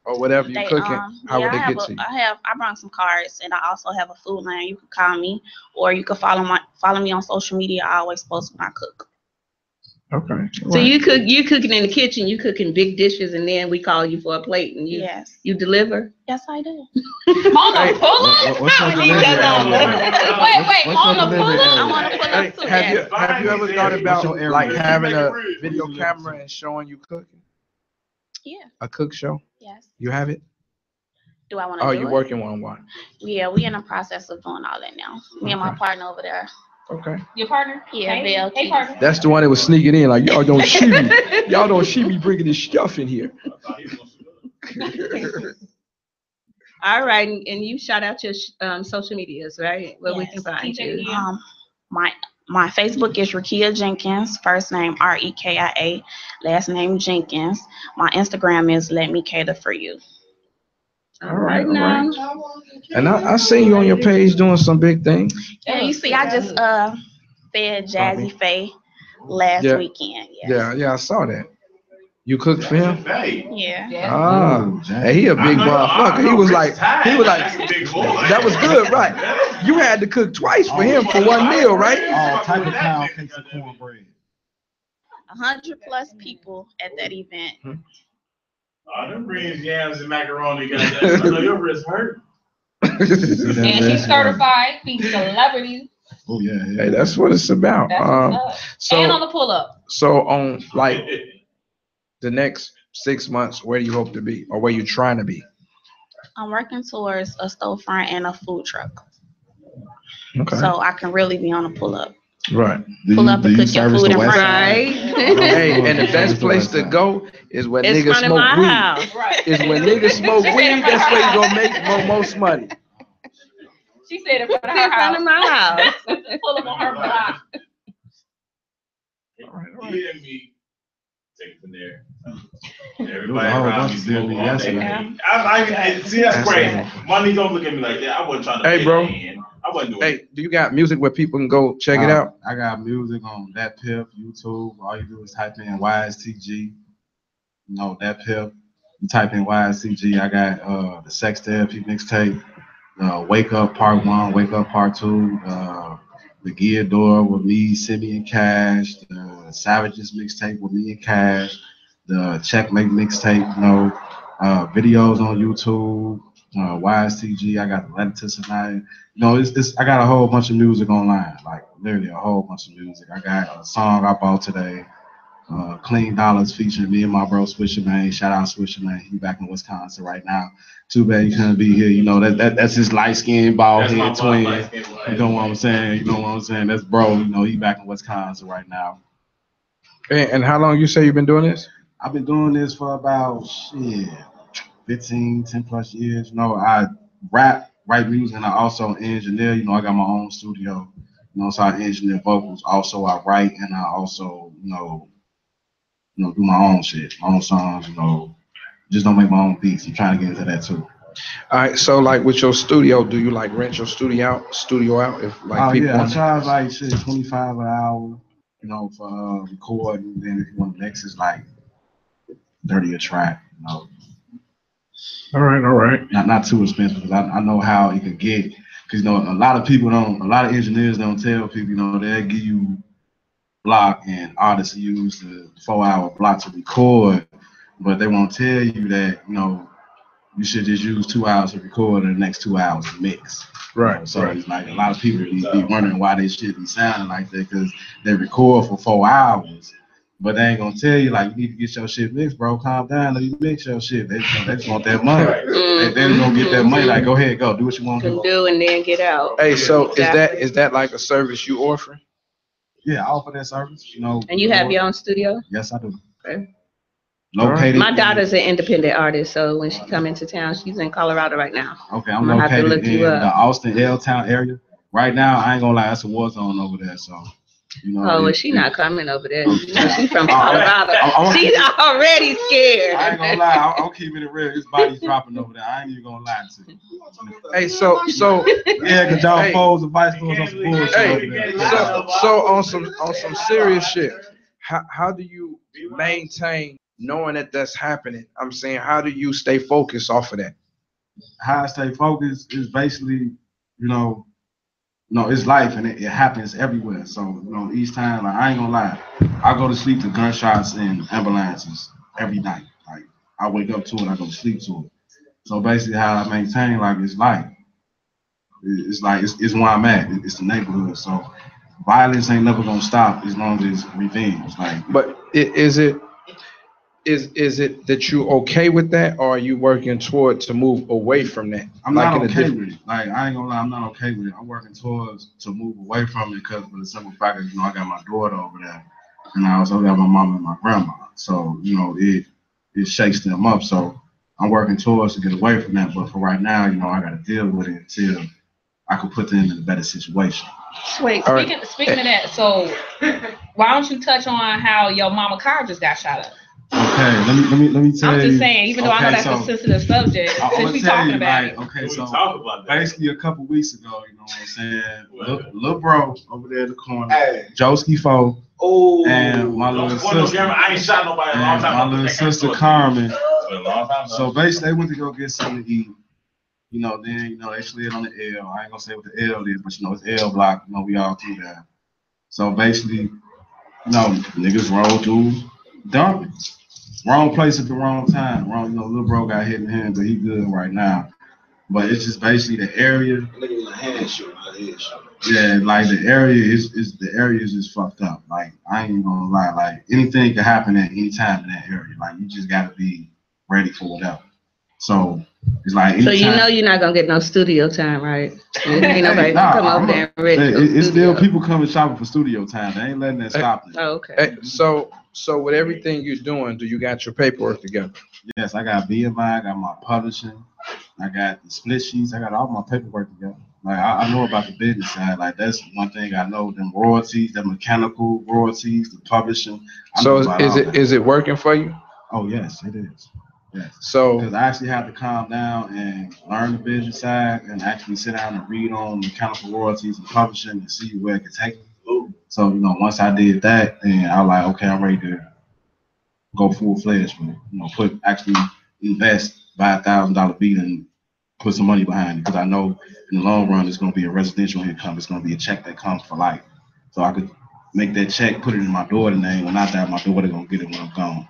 or whatever you
They,
cooking,
um,
how
yeah,
would
I
they
have
get
a-
to you?
I have I brought some cards and I also have a food line. You can call me or you can follow my follow me on social media. I always post when I cook.
Okay.
So you cook you cooking in the kitchen, you cooking big dishes and then we call you for a plate and you
Yes.
you deliver?
Yes, I do.
Mama, pull up.
what's your
I need
delivery
that
area?
number. Wait, wait, Mama, pull up. I wanna pull up too.
Have you have you ever thought about
What's your
like
area?
having a video camera and showing you cooking?
Yeah.
A cook show?
Yes.
You have it?
Do I want to?
Oh,
do
you
it?
working on one?
Yeah, we in the process of doing all that now. Me and my partner over there.
Okay.
Your partner? Yeah,
Hey,
Bill.
hey,
Keith.
partner.
That's the one that was sneaking in, like, y'all don't see me. Y'all don't see me bringing this stuff in here.
All right, and and you shout out your sh- um, social medias, right? Where we can find you.
Um, my my Facebook is Rakia Jenkins, first name R E K I A, last name Jenkins. My Instagram is Let Me Cater for You.
All right, all right. And I, I seen you on your page doing some big thing.
Yeah, you see, I just uh fed
Sorry.
Jazzy Faye last
Yeah.
weekend.
Yeah, yeah, I saw that. You cooked for him?
Yeah.
Ah, and he a big motherfucker. He was like, he was like, that was good, right? You had to cook twice for him for one meal, right?
All
type of pound cakes and cornbread.
A hundred plus people at that event.
Hmm.
All Oh, them greens, yams, and macaroni, goddamn. I know your wrist hurt.
And she's certified, she's celebrity.
Oh, yeah, Hey, that's what it's about.
That's
Um,
what's up. And on
so,
the pull up.
so on like the next six months, where do you hope to be or where you trying to be?
I'm working towards a storefront and a food truck.
Okay.
So I can really be on a pull up.
Right.
Pull up and cook your food in front
Hey, and the best place to go is where
It's
niggas
front of my
smoke
house.
weed. Is when niggas smoke weed, that's where you gonna make mo- most money.
She said in front of
In
her
front of my
house. Pull up on her block.
Yeah, me. Take it from there.
Everybody around me
smoke
smoke
all
all
day.
day.
I, I, I, see, that's
That's
crazy.
it.
My niggas don't look at me like that. I wasn't trying to.
Hey,
fit
bro.
in. I wasn't doing
Hey, do you got music where people can go check it
Uh,
out?
I got music on that pimp YouTube. All you do is type in YSTG. No, that pimp. You type in YSTG. I got uh the sex therapy mixtape, uh, Wake Up Part One, Wake Up Part Two, uh, the Gear Door with me, Simi and Cash, the Savages mixtape with me and Cash, the Checkmate mixtape. You know, uh, videos on YouTube. Uh, YSTG. I got the letter to tonight. No, it's, it's I got a whole bunch of music online, like literally a whole bunch of music. I got a song I bought today, uh, Clean Dollars featuring me and my bro Swisher Man. Shout out Swisher Man, he back in Wisconsin right now. Too bad he couldn't be here. You know that, that that's his light skinned bald
That's my
head
boy,
twin.
light-skinned boy.
You know what I'm saying? You know what I'm saying? That's bro. You know he back in Wisconsin right now.
And, and how long you say you've been doing this?
I've been doing this for about shit, 15, 10 plus years. You know, I rap, write music, and I also engineer. You know, I got my own studio. You know, so I engineer vocals. Also, I write and I also, you know, you know, do my own shit, my own songs. You know, just don't make my own beats. I'm trying to get into that too.
All right, so like with your studio, do you like rent your studio out, studio out if like
oh
people
yeah, I
want to?
charge like shit twenty five an hour. You know, for uh, recording. Then if you want the next is like thirty a track. You know.
All right, all right.
Not not too expensive because I, I know how it could get. Because you know a lot of people don't, a lot of engineers don't tell people. You know they'll give you block and artists use the four hour block to record, but they won't tell you that you know you should just use two hours to record and the next two hours to mix.
Right.
So it's like a lot of people be, be wondering why they should be sounding like that because they record for four hours, but they ain't gonna tell you like you need to get your shit mixed, bro. Calm down, let me mix your shit. They, just- they just want that money. They, they just gonna get that money. Like go ahead, go do what you want to
Can
do.
do and then get out.
Hey, so is that
Exactly.
is that like a service you offering?
Yeah, I offer that service. You know.
Mm-hmm. And you have your own studio?
Yes, I do.
Okay.
Located.
My daughter's an independent artist, so when she come into town, she's in Colorado right now.
Okay,
I'm
I'm
gonna have to
located
look
in
you up.
the Austin L Town area. Right now, I ain't gonna lie, it's a war zone over there, so. you know,
Oh, well,
it-
she
it-
not coming over there. She's from
Oh,
Colorado.
I'm- I'm-
She's already
I ain't gonna
scared.
lie, I'm- I'm keeping it real, his body's dropping over there, I ain't even gonna lie to you.
Hey, so so
Yeah, cause y'all
Hey.
foes and vice lords on some bullshit over
Hey,
there.
so, so on some on some serious shit, how how do you maintain knowing that that's happening? I'm saying, how do you stay focused off of that?
How I stay focused is basically, you know, no, it's life and it, it happens everywhere, so, you know, each time, like, I ain't gonna lie, I go to sleep to gunshots and ambulances every night, like, I wake up to it, I go to sleep to it. So basically how I maintain, like, it's life. It- It's like, it's, it's where I'm at, It- it's the neighborhood, so violence ain't never gonna stop as long as it's revenge, like.
But i- is it is is it that you okay with that, or are you working toward to move away from that?
I'm
Like
not
in a
okay
different-
with it. Like I ain't gonna lie, I'm not okay with it. I'm working towards to move away from it because for the simple fact that you know I got my daughter over there, and I also got my mom and my grandma. So you know it it shakes them up. So I'm working towards to get away from that. But for right now, you know I got to deal with it until I can put them in a better situation.
Wait,
All right.
speaking, speaking of that, so why don't you touch on how your mama car just got shot up?
Okay, let me let me let me tell
I'm
you.
just saying, even though I know
Okay,
that's a
so-
sensitive subject,
I- I'ma
since we
tell
talking
you,
about
like,
it.
Okay, so basically a couple weeks ago, you know what I'm saying? Lil- Lil bro over there in the corner, Joski Fo,
Oh,
and my little sister,
I ain't shot nobody in a long
and my
time.
little sister Carmen. So basically, they went to go get something to eat. You know, then you know they slid on the L. I ain't gonna say what the L is, but you know it's L block. You know we all through there. So basically, no niggas rolled through, dumping. Wrong place at the wrong time. Wrong, you know, little bro got hit in the hand, but he good right now. But it's just basically the area. Yeah, like the area is is the area is just fucked up. Like I ain't gonna lie, like anything can happen at any time in that area. Like you just gotta be ready for whatever. So it's like
So you
anytime-
know you're not gonna get no studio time, right?
Hey,
Ain't nobody gonna
nah,
come over
I'm
there
not-
and rent
Hey,
no
it- it's
studio.
still people coming shopping for studio time. They ain't letting that stop them.
Hey, So, so with everything you're doing, do you got your paperwork together?
Yes, I got BMI, I got my publishing, I got the split sheets, I got all my paperwork together. Like I, I know about the business side. Like that's one thing I know. Them royalties, the mechanical royalties, the publishing. I
So
know
is,
about
is
all
it
that.
is it working for you?
Oh yes, it is. Yes.
So
because I actually had to calm down and learn the business side and actually sit down and read on mechanical royalties and publishing and see where it could take. me. So you know, once I did that, then I was like, okay, I'm ready to go full fledged with it. You know, put actually invest buy a thousand dollar beat and put some money behind it because I know in the long run it's going to be a residential income. It's going to be a check that comes for life. So I could make that check, put it in my daughter's name. When I die, my daughter gonna get it when I'm gone.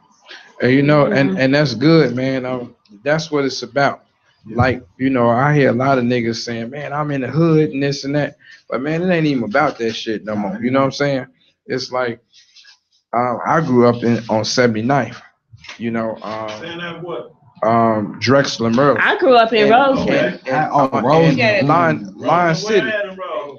And you know, and and that's good, man. Um, that's what it's about. Like you know, I hear a lot of niggas saying, "Man, I'm in the hood and this and that," but man, it ain't even about that shit no more. You know what I'm saying? It's like, um, I grew up in on 79th. You know, um,
Saying that what?
um, Drexel and Merle.
I grew up in
And-
Roseland.
and- and-
Oh,
and
Roseland.
Lion, Lion City.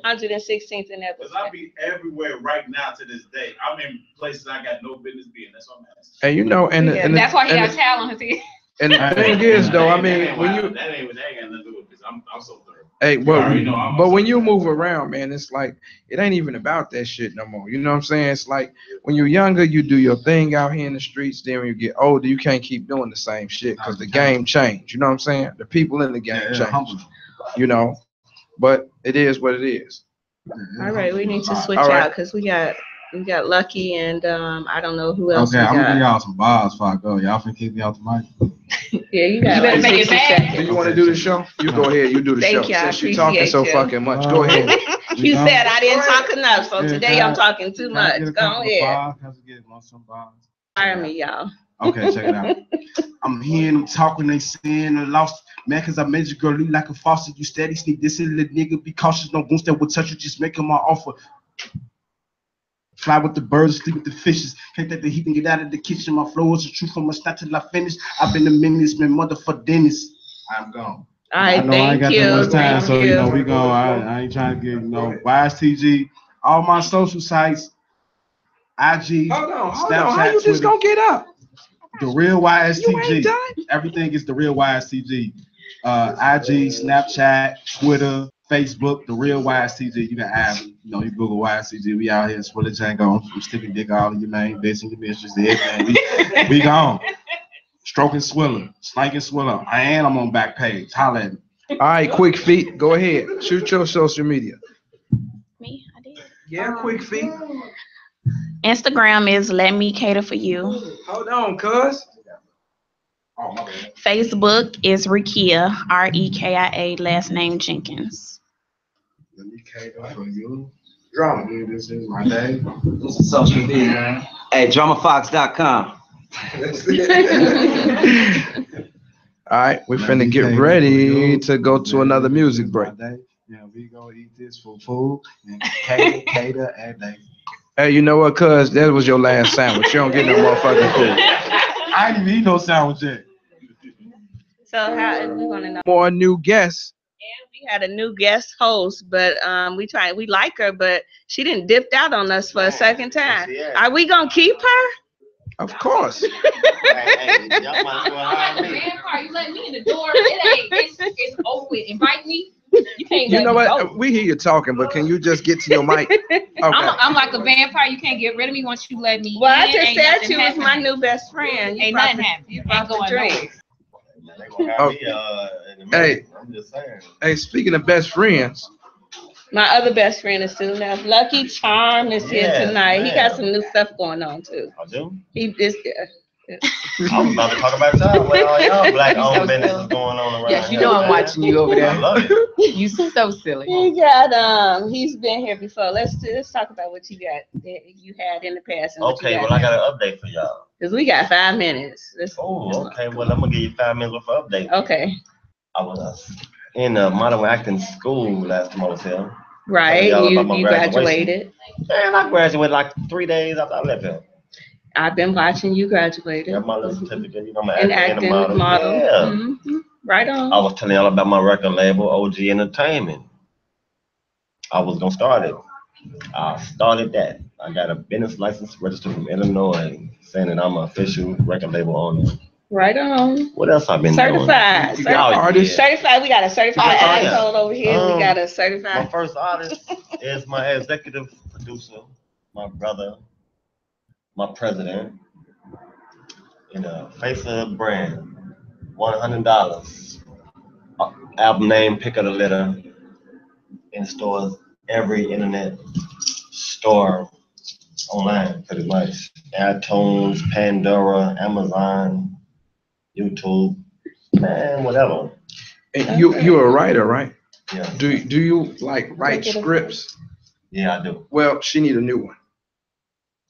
Hundred and sixteenth and that.
Cause I be everywhere right now to this day. I'm in places I got no business being. That's what I'm asking.
And you know, and the-
Yeah,
and the-
that's why he
and
got
the-
child on his head.
And the thing is, though, I mean, when you
That ain't, that ain't got nothing to do with this. I'm, I'm so thorough.
Hey,
You
but,
already know I'm
but when you move around, man, it's like it ain't even about that shit no more. You know what I'm saying? It's like when you're younger, you do your thing out here in the streets. Then when you get older, you can't keep doing the same shit because the game changed. You know what I'm saying? The people in the game
it
change.
humbles
You know, but it is what it is.
All right, we need to switch
All right.
out because we got we got Lucky and um I don't know who else.
Okay,
we
I'm
got.
gonna give y'all some bars before I go. Y'all finna kick me off the mic.
Yeah, you got.
You better
like
make it
60
fast.
seconds.
Do you wanna do the show? You go ahead, you do the
Thank
show.
you, I
Since you talking
appreciate
so
you.
fucking much, go ahead.
You said I didn't talk enough, so
Yeah,
today
can I-
I'm talking too
can I
much.
get a
Go
couple of
ahead.
bars? Can I get one, some bars?
Fire me, y'all.
Okay, check it out. I'm hearing them talking, they saying I lost. Man, cause I made your girl look like a faucet. You steady sneak this in the nigga. Be cautious, no goons that will touch you. Just make him my offer. Fly with the birds, sleep with the fishes. Hate that the heat and get out of the kitchen. My flow is the truth from a start till I finish. I've been a menace, man, motherfucker Dennis. I'm gone.
All right,
I know I ain't got
thank
that
you,
much time, so
thank
you know we
you.
go. I, I ain't trying to get you know Wise TG, all my social sites, IG,
Hold on, hold
Snapchat,
on. How you just
Twitter,
gonna get up?
the real
You ain't
YSTG.
done?
Everything is the real YSTG. Uh, IG, Snapchat, Twitter, Facebook, the real YSTG. You can add, you know, you Google YSTG. We out here, Swilly Django. I'm sticking dick all in your name, bitch, and your mistress, everything. We, we gone. Stroking Swiller, Slanking Swiller, I am I'm on back page. Holla at me.
All right, quick feet. Go ahead. Shoot your social media.
Me, I did.
Yeah, quick feet.
Instagram is Let Me Cater For You.
Hold on, cuz.
Facebook is Rekia, R E K I A, last name Jenkins.
Let me cater for you. Drama. This is my day.
This is social media, man. Hey, dramafox.com.
All right, we finna get ready to go to another music break.
Yeah, we gonna eat this for food and cater, cater, and they
Hey, you know what, cuz? That was your last sandwich. You don't get no motherfucking food.
I didn't need no sandwich yet.
So how we want to know?
More new guests.
We had a new guest host, but um, we tried. We like her, but she didn't dipped out on us for a second time. Are we gonna keep her?
Of course.
You let me in the door. It ain't. It's, it's over with. Invite me. You can't.
You
let
know
me go.
what? We hear you talking, but can you just get to your mic?
I'm,
Okay.
I'm like a vampire. You can't get rid of me once you let me.
Well, I
in.
just
Ain't
said
nothing
you was my
happening.
new best friend. You
Ain't
brought
nothing
the-
happening.
You
Ain't
brought the
going
drinks.
uh,
Hey, hey, speaking of best friends,
My other best friend is too now. Lucky Charm is here
Yeah,
tonight. He
man.
got some new stuff going on too.
I Oh, do.
He is there.
I was about to talk about y'all, what all y'all black owned business is going on around
Yes, you
here,
know I'm
man.
watching you over there.
I love it.
You so silly. He got um. He's been here before. Let's do- let's talk about what you got. That you had in the past. And
Okay, well, I got an update for y'all.
Because we got five minutes. Let's-
Oh, okay, well, I'm gonna give you five minutes worth of update.
Okay.
I was in uh, model acting school last time I was here.
Right.
Tell y'all
You,
about my
you
graduation.
graduated.
And I graduated like three days after I left here.
I've been watching you graduated.
Got my little certificate, you know, I'm an
And
actor and a
acting
model.
model.
Yeah.
Mhm. Right on.
I was telling y'all about my record label, OG Entertainment. I was gonna start it. I started that. I got a business license registered from Illinois saying that I'm an official record label owner.
Right on.
What else I've been doing?
Certified.
You got
Certified.
artists?
Certified. We got a certified
You got artists?
asshole over here.
Um,
We got a certified.
My first artist is my executive producer, my brother, my president, and a face of the brand. One hundred dollars. Album name, pick of the litter. In stores, every internet store online, pretty much. iTunes, Pandora, Amazon, YouTube, man, whatever.
and you you're a writer, right?
Yeah.
Do do you like write
Executive.
scripts?
Yeah, I do.
Well, she need a new one.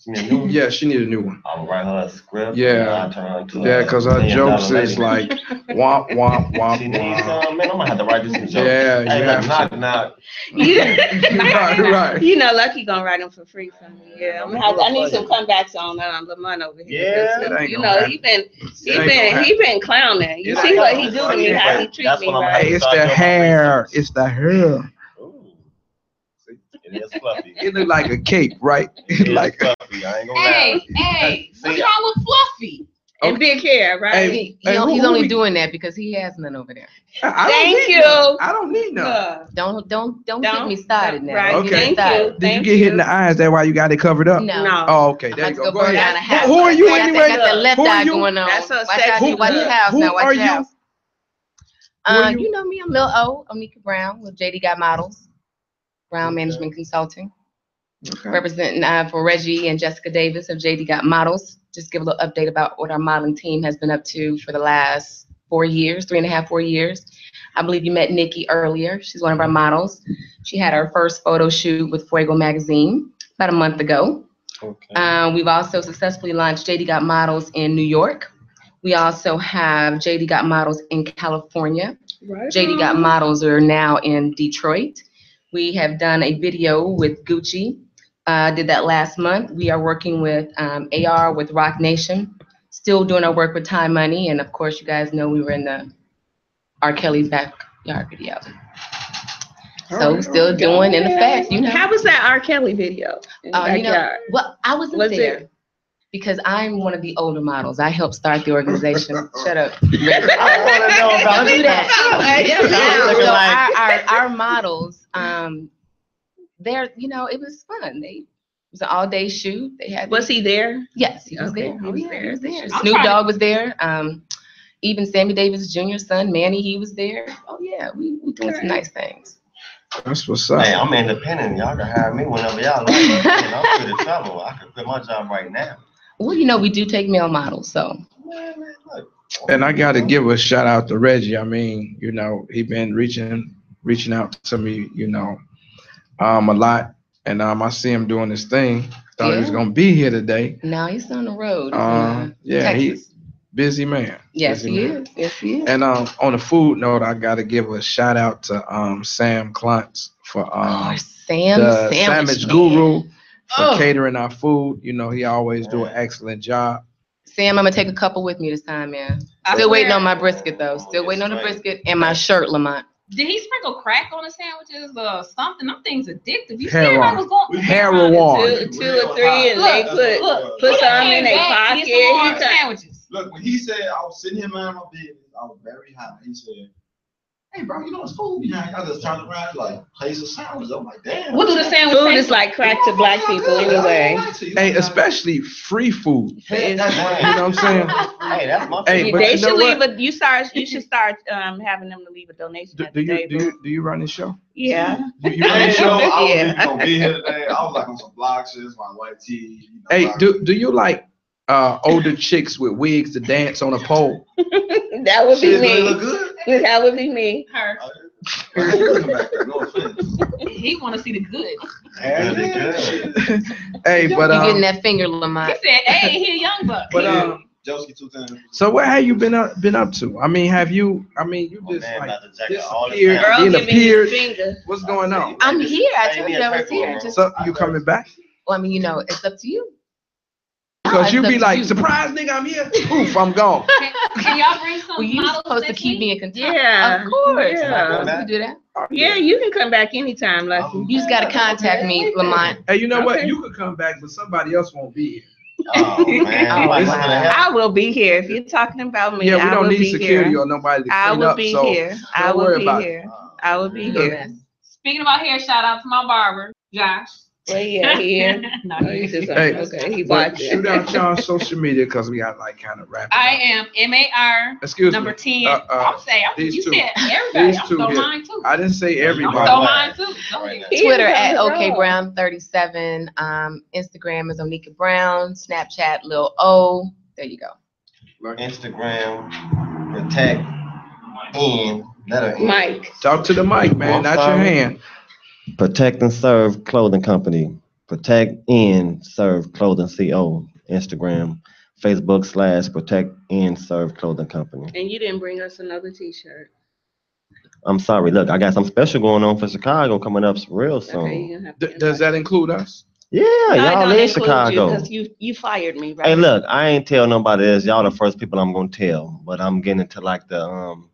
Yeah, she need a new one.
I'll write her a script.
Yeah.
and I'll turn her into
Yeah,
a
cause her
million
jokes
dollar
is
lady.
like womp womp womp
She needs,
womp.
uh, man, I'm gonna have to write this in jokes.
Yeah, you
Hey, look,
have
knock,
to.
knock.
Right, right.
You know, Lucky gonna write them for free for me. Yeah, I'm gonna have, I need some comebacks on um, Lamont over here.
Yeah.
because,
It ain't
You
gonna
know,
happen.
he been, he
It ain't gonna
been, he
happen.
been clowning. You
It
see
ain't
what
gonna
he do to
happen.
me, how he treat
That's
me,
what I'm
right?
Hey,
It's the hair. It's the hair.
It is fluffy.
It look like a cape, right?
It is
like
fluffy. I ain't gonna
Hey,
lie.
hey, what's
See,
wrong with Fluffy?
And big hair,
He-
right?
Hey,
he
hey,
don't-
who-
he's
who
only
we-
doing that because he has none over there.
I don't
Thank
need
you.
none. I don't need none.
Don't don't don't, get me started now.
right,
Don't get me
Okay.
started.
Did you get hit in the eyes? That why you got it covered up?
No. No.
Oh, okay. There
About to
you go.
go
Go
burn down a
ahead.
house.
Who who are you
Got the-
anyway?
got the left
Who are
eye
you?
going on.
That's a
Watch out,
sexy
you watch your
look.
house
Who
now. Watch
are
your
you?
house.
Who
Uh,
you-
you know me, I'm Mil O, Amika Brown with JD Got Models, Brown Management Consulting, representing uh, for Reggie and Jessica Davis of JD Got Models. Just give a little update about what our modeling team has been up to for the last four years, three and a half, four years. I believe you met Nikki earlier. She's one of our models. She had her first photo shoot with Fuego magazine about a month ago. Uh, we've also successfully launched JD Got Models in New York. We also have JD Got Models in California.
Right
JD Got
on.
Models are now in Detroit. We have done a video with Gucci. Uh, did that last month. We are working with um, AR with Rock Nation. Still doing our work with Time Money, and of course, you guys know we were in the R. Kelly's backyard video. So still doing in effect, you know.
How was that R. Kelly video? in the
Oh, you know,
backyard?
well, I wasn't
Was it-
there because I'm one of the older models. I helped start the organization. Shut up. Don't do
about
that.
this.
Yeah,
Looking
So
like-
our, our, our models, um, they're, you know, it was fun. They, it was an all-day shoot. They had.
Was he there?
Yes, he was
Okay,
there.
he
Oh,
was
yeah,
there.
he was there.
I'm
Snoop
trying to-
Dogg was there. Um, even Sammy Davis Jr.'s son, Manny, he was there. Oh, yeah, we, we doing some nice things.
That's what's up.
Hey, I'm independent. Y'all can hire me whenever y'all like. Man, I'm free to travel. I could quit my job right now.
Well, you know, we do take male models, so.
And I gotta give a shout out to Reggie. I mean, you know, he been reaching reaching out to me, you know, um a lot. And um I see him doing his thing. Thought he was
Yeah.
gonna be here today.
Now he's on the road. He's in, uh,
Um yeah, he's busy man.
Yes,
Busy
he
man.
is. Yes, he is.
And um, on a food note, I gotta give a shout out to um Sam Klontz for um
Oh, Sam
the
Sandwich
sandwich
Man.
guru for
Oh.
catering our food. You know, he always do an excellent job.
Sam, I'm gonna take a couple with me this time, man.
I
Still waiting
swear.
on my brisket though. Still waiting on the brisket and my shirt, Lamont.
Did he sprinkle crack on the sandwiches or something? Them things addictive. You see, everybody was
Heroin.
going.
Heroin.
Two, two or three, and they put
Look,
put
look,
some in their
look,
pocket.
it's more
He got-
Look, when he said I was sitting here minding my business, I was very high. He said, "Hey, bro, you know it's cool." Yeah, I just turned around like place of sandwiches. I'm like, "Damn."
What do the sandwich
Food
taste
is
like crack to black people anyway?
Hey, especially free food. You know what I'm saying?
Hey,
that's
my Hey, but
they
you know
should
what?
leave a. You start. You should start um having them to leave a donation.
Do, do you do you do you run this show?
Yeah.
You, you run this
You know, I
show?
was even gonna be here today. I was like on some blog shit, it's my white tee.
Hey, do do you like uh older chicks with wigs to dance on a pole?
That would be
Shit, do it
me. That would be me.
Her. He wanna see the good.
Hey, but
you getting
um,
that finger, Lamont?
He said, "Hey, he a young buck."
but um,
Joski two times.
so what have you been up been up to? I mean, have you? I mean, you just
Man,
like
about to jack it
Oh,
all this
disappeared, then
time. Girl giving you
appeared.
finger.
What's going on?
I'm here. I told you I was here. Just,
So you coming back?
well, I mean, you know, it's up to you.
Cause you be like, surprise,
nigga, I'm here.
poof, I'm gone.
Can y'all bring some
Well, you
models
supposed to
next
keep me in contact.
Yeah,
Of course.
yeah.
We can do that.
Yeah, you can come back anytime, Lucky.
Oh,
You just gotta contact me, Lamont.
Hey, you know what?
Okay.
You could come back, but somebody else won't be here.
Oh, wow. I will be here. If you're talking about me,
Yeah, we
I
don't
will
need
be
security
here.
or nobody to
I
clean
will
up,
be
so
here. I
don't
will
worry
be
about it.
here. I will be here.
Speaking about hair, shout out to my barber, Josh.
Well, yeah, here.
No,
he's just
Hey,
okay. He
but
watching.
shoot out y'all social media because we got like kind of rap.
I am M A R.
Excuse me.
number ten.
Uh, uh,
I'm saying I'm,
these
you
two.
said everybody.
These
I'm
two
throw
here.
mine too.
I didn't say everybody.
I'm throw mine too. Go ahead.
Twitter
He is
at
on the
OK
road.
Brown 37. Um, Instagram is Onika Brown. Snapchat Lil O. There you go.
Instagram, protect, N, letter N.
Mike.
Talk to the mic, man, not your hand.
Protect and Serve Clothing Company. Protect and Serve Clothing CO. Instagram, Facebook slash Protect and Serve Clothing Company.
And you didn't bring us another T-shirt.
I'm sorry. Look, I got something special going on for Chicago coming up real soon.
you're gonna have
D- does that include us?
Yeah, y'all in Chicago.
Because you you fired me, right?
Hey, look, I ain't tell nobody this. Y'all the first people I'm gonna tell, but I'm getting into like the um,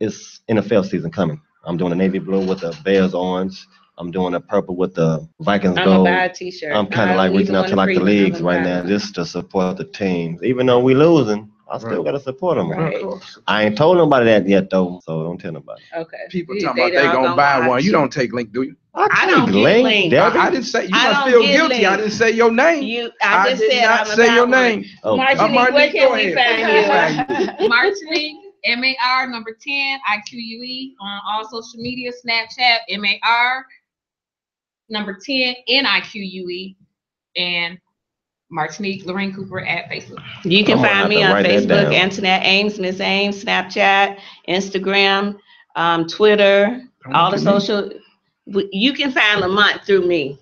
it's NFL season coming. I'm doing a navy blue with the Bears orange. I'm doing a purple with the Vikings
I'ma
gold.
buy a t-shirt.
I'm kind
I
of like
don't
reaching
even
out to
wanna
like the
free them.
leagues
I'ma
right
buy
now just to support the teams. Even though we losing, I still gotta support them.
Right.
I ain't told nobody that yet though, so don't tell nobody.
Okay.
People talking about they gonna buy one. You don't take link, do you?
I don't get
Link,
linked.
I, I didn't say you
I
must
don't
feel
get
guilty. I
linked.
didn't say your name.
You, I just
did
said
not
I'm
say your
about
name.
Okay.
Uh,
Marjorie, where
Marjorie,
can
go
we
ahead.
find you?
Martinique, M A R number ten, I Q U E on all social media, Snapchat, M A R number ten, N I Q U E, and Martinique Lorraine Cooper at Facebook.
You can
Come on, I
find me
have to
on
write that
Facebook,
down.
Antoinette Ames, Miss Ames, Snapchat, Instagram, um, Twitter, all the social. w- You can find Lamont through me.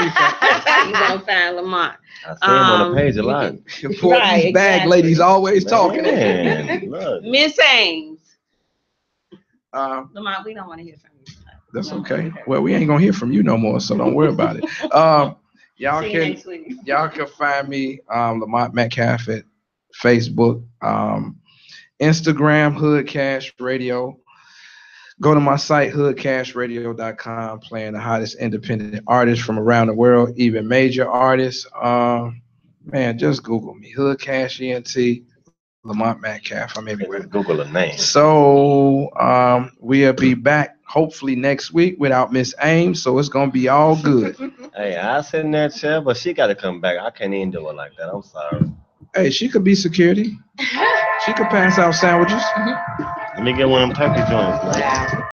you
can't. gonna find Lamont.
I see 'em on
Um,
the page a lot.
Boy,
Right,
these bag
exactly.
ladies always talking.
Man,
Miss Ames.
Um,
Lamont, we don't wanna hear from you.
That's okay. Well, we ain't gonna hear from you no more, so don't worry about it. Um, y'all
See you
can
next week.
y'all can find me um Lamont Metcalf at Facebook, um, Instagram, Hood Cash Radio. Go to my site, hoodcashradio.com, playing the hottest independent artists from around the world, even major artists. Um, man, just Google me, E Hood Cash ENT, Lamont Metcalf. I'm everywhere.
Google a name.
So um, we'll be back hopefully next week without Miss Ames. So it's gonna be all good.
Hey, I sit in that chair, but she gotta come back. I can't even do it like that. I'm sorry.
hey, she could be security. She could pass out sandwiches.
Let me get one of them turkey joints, man.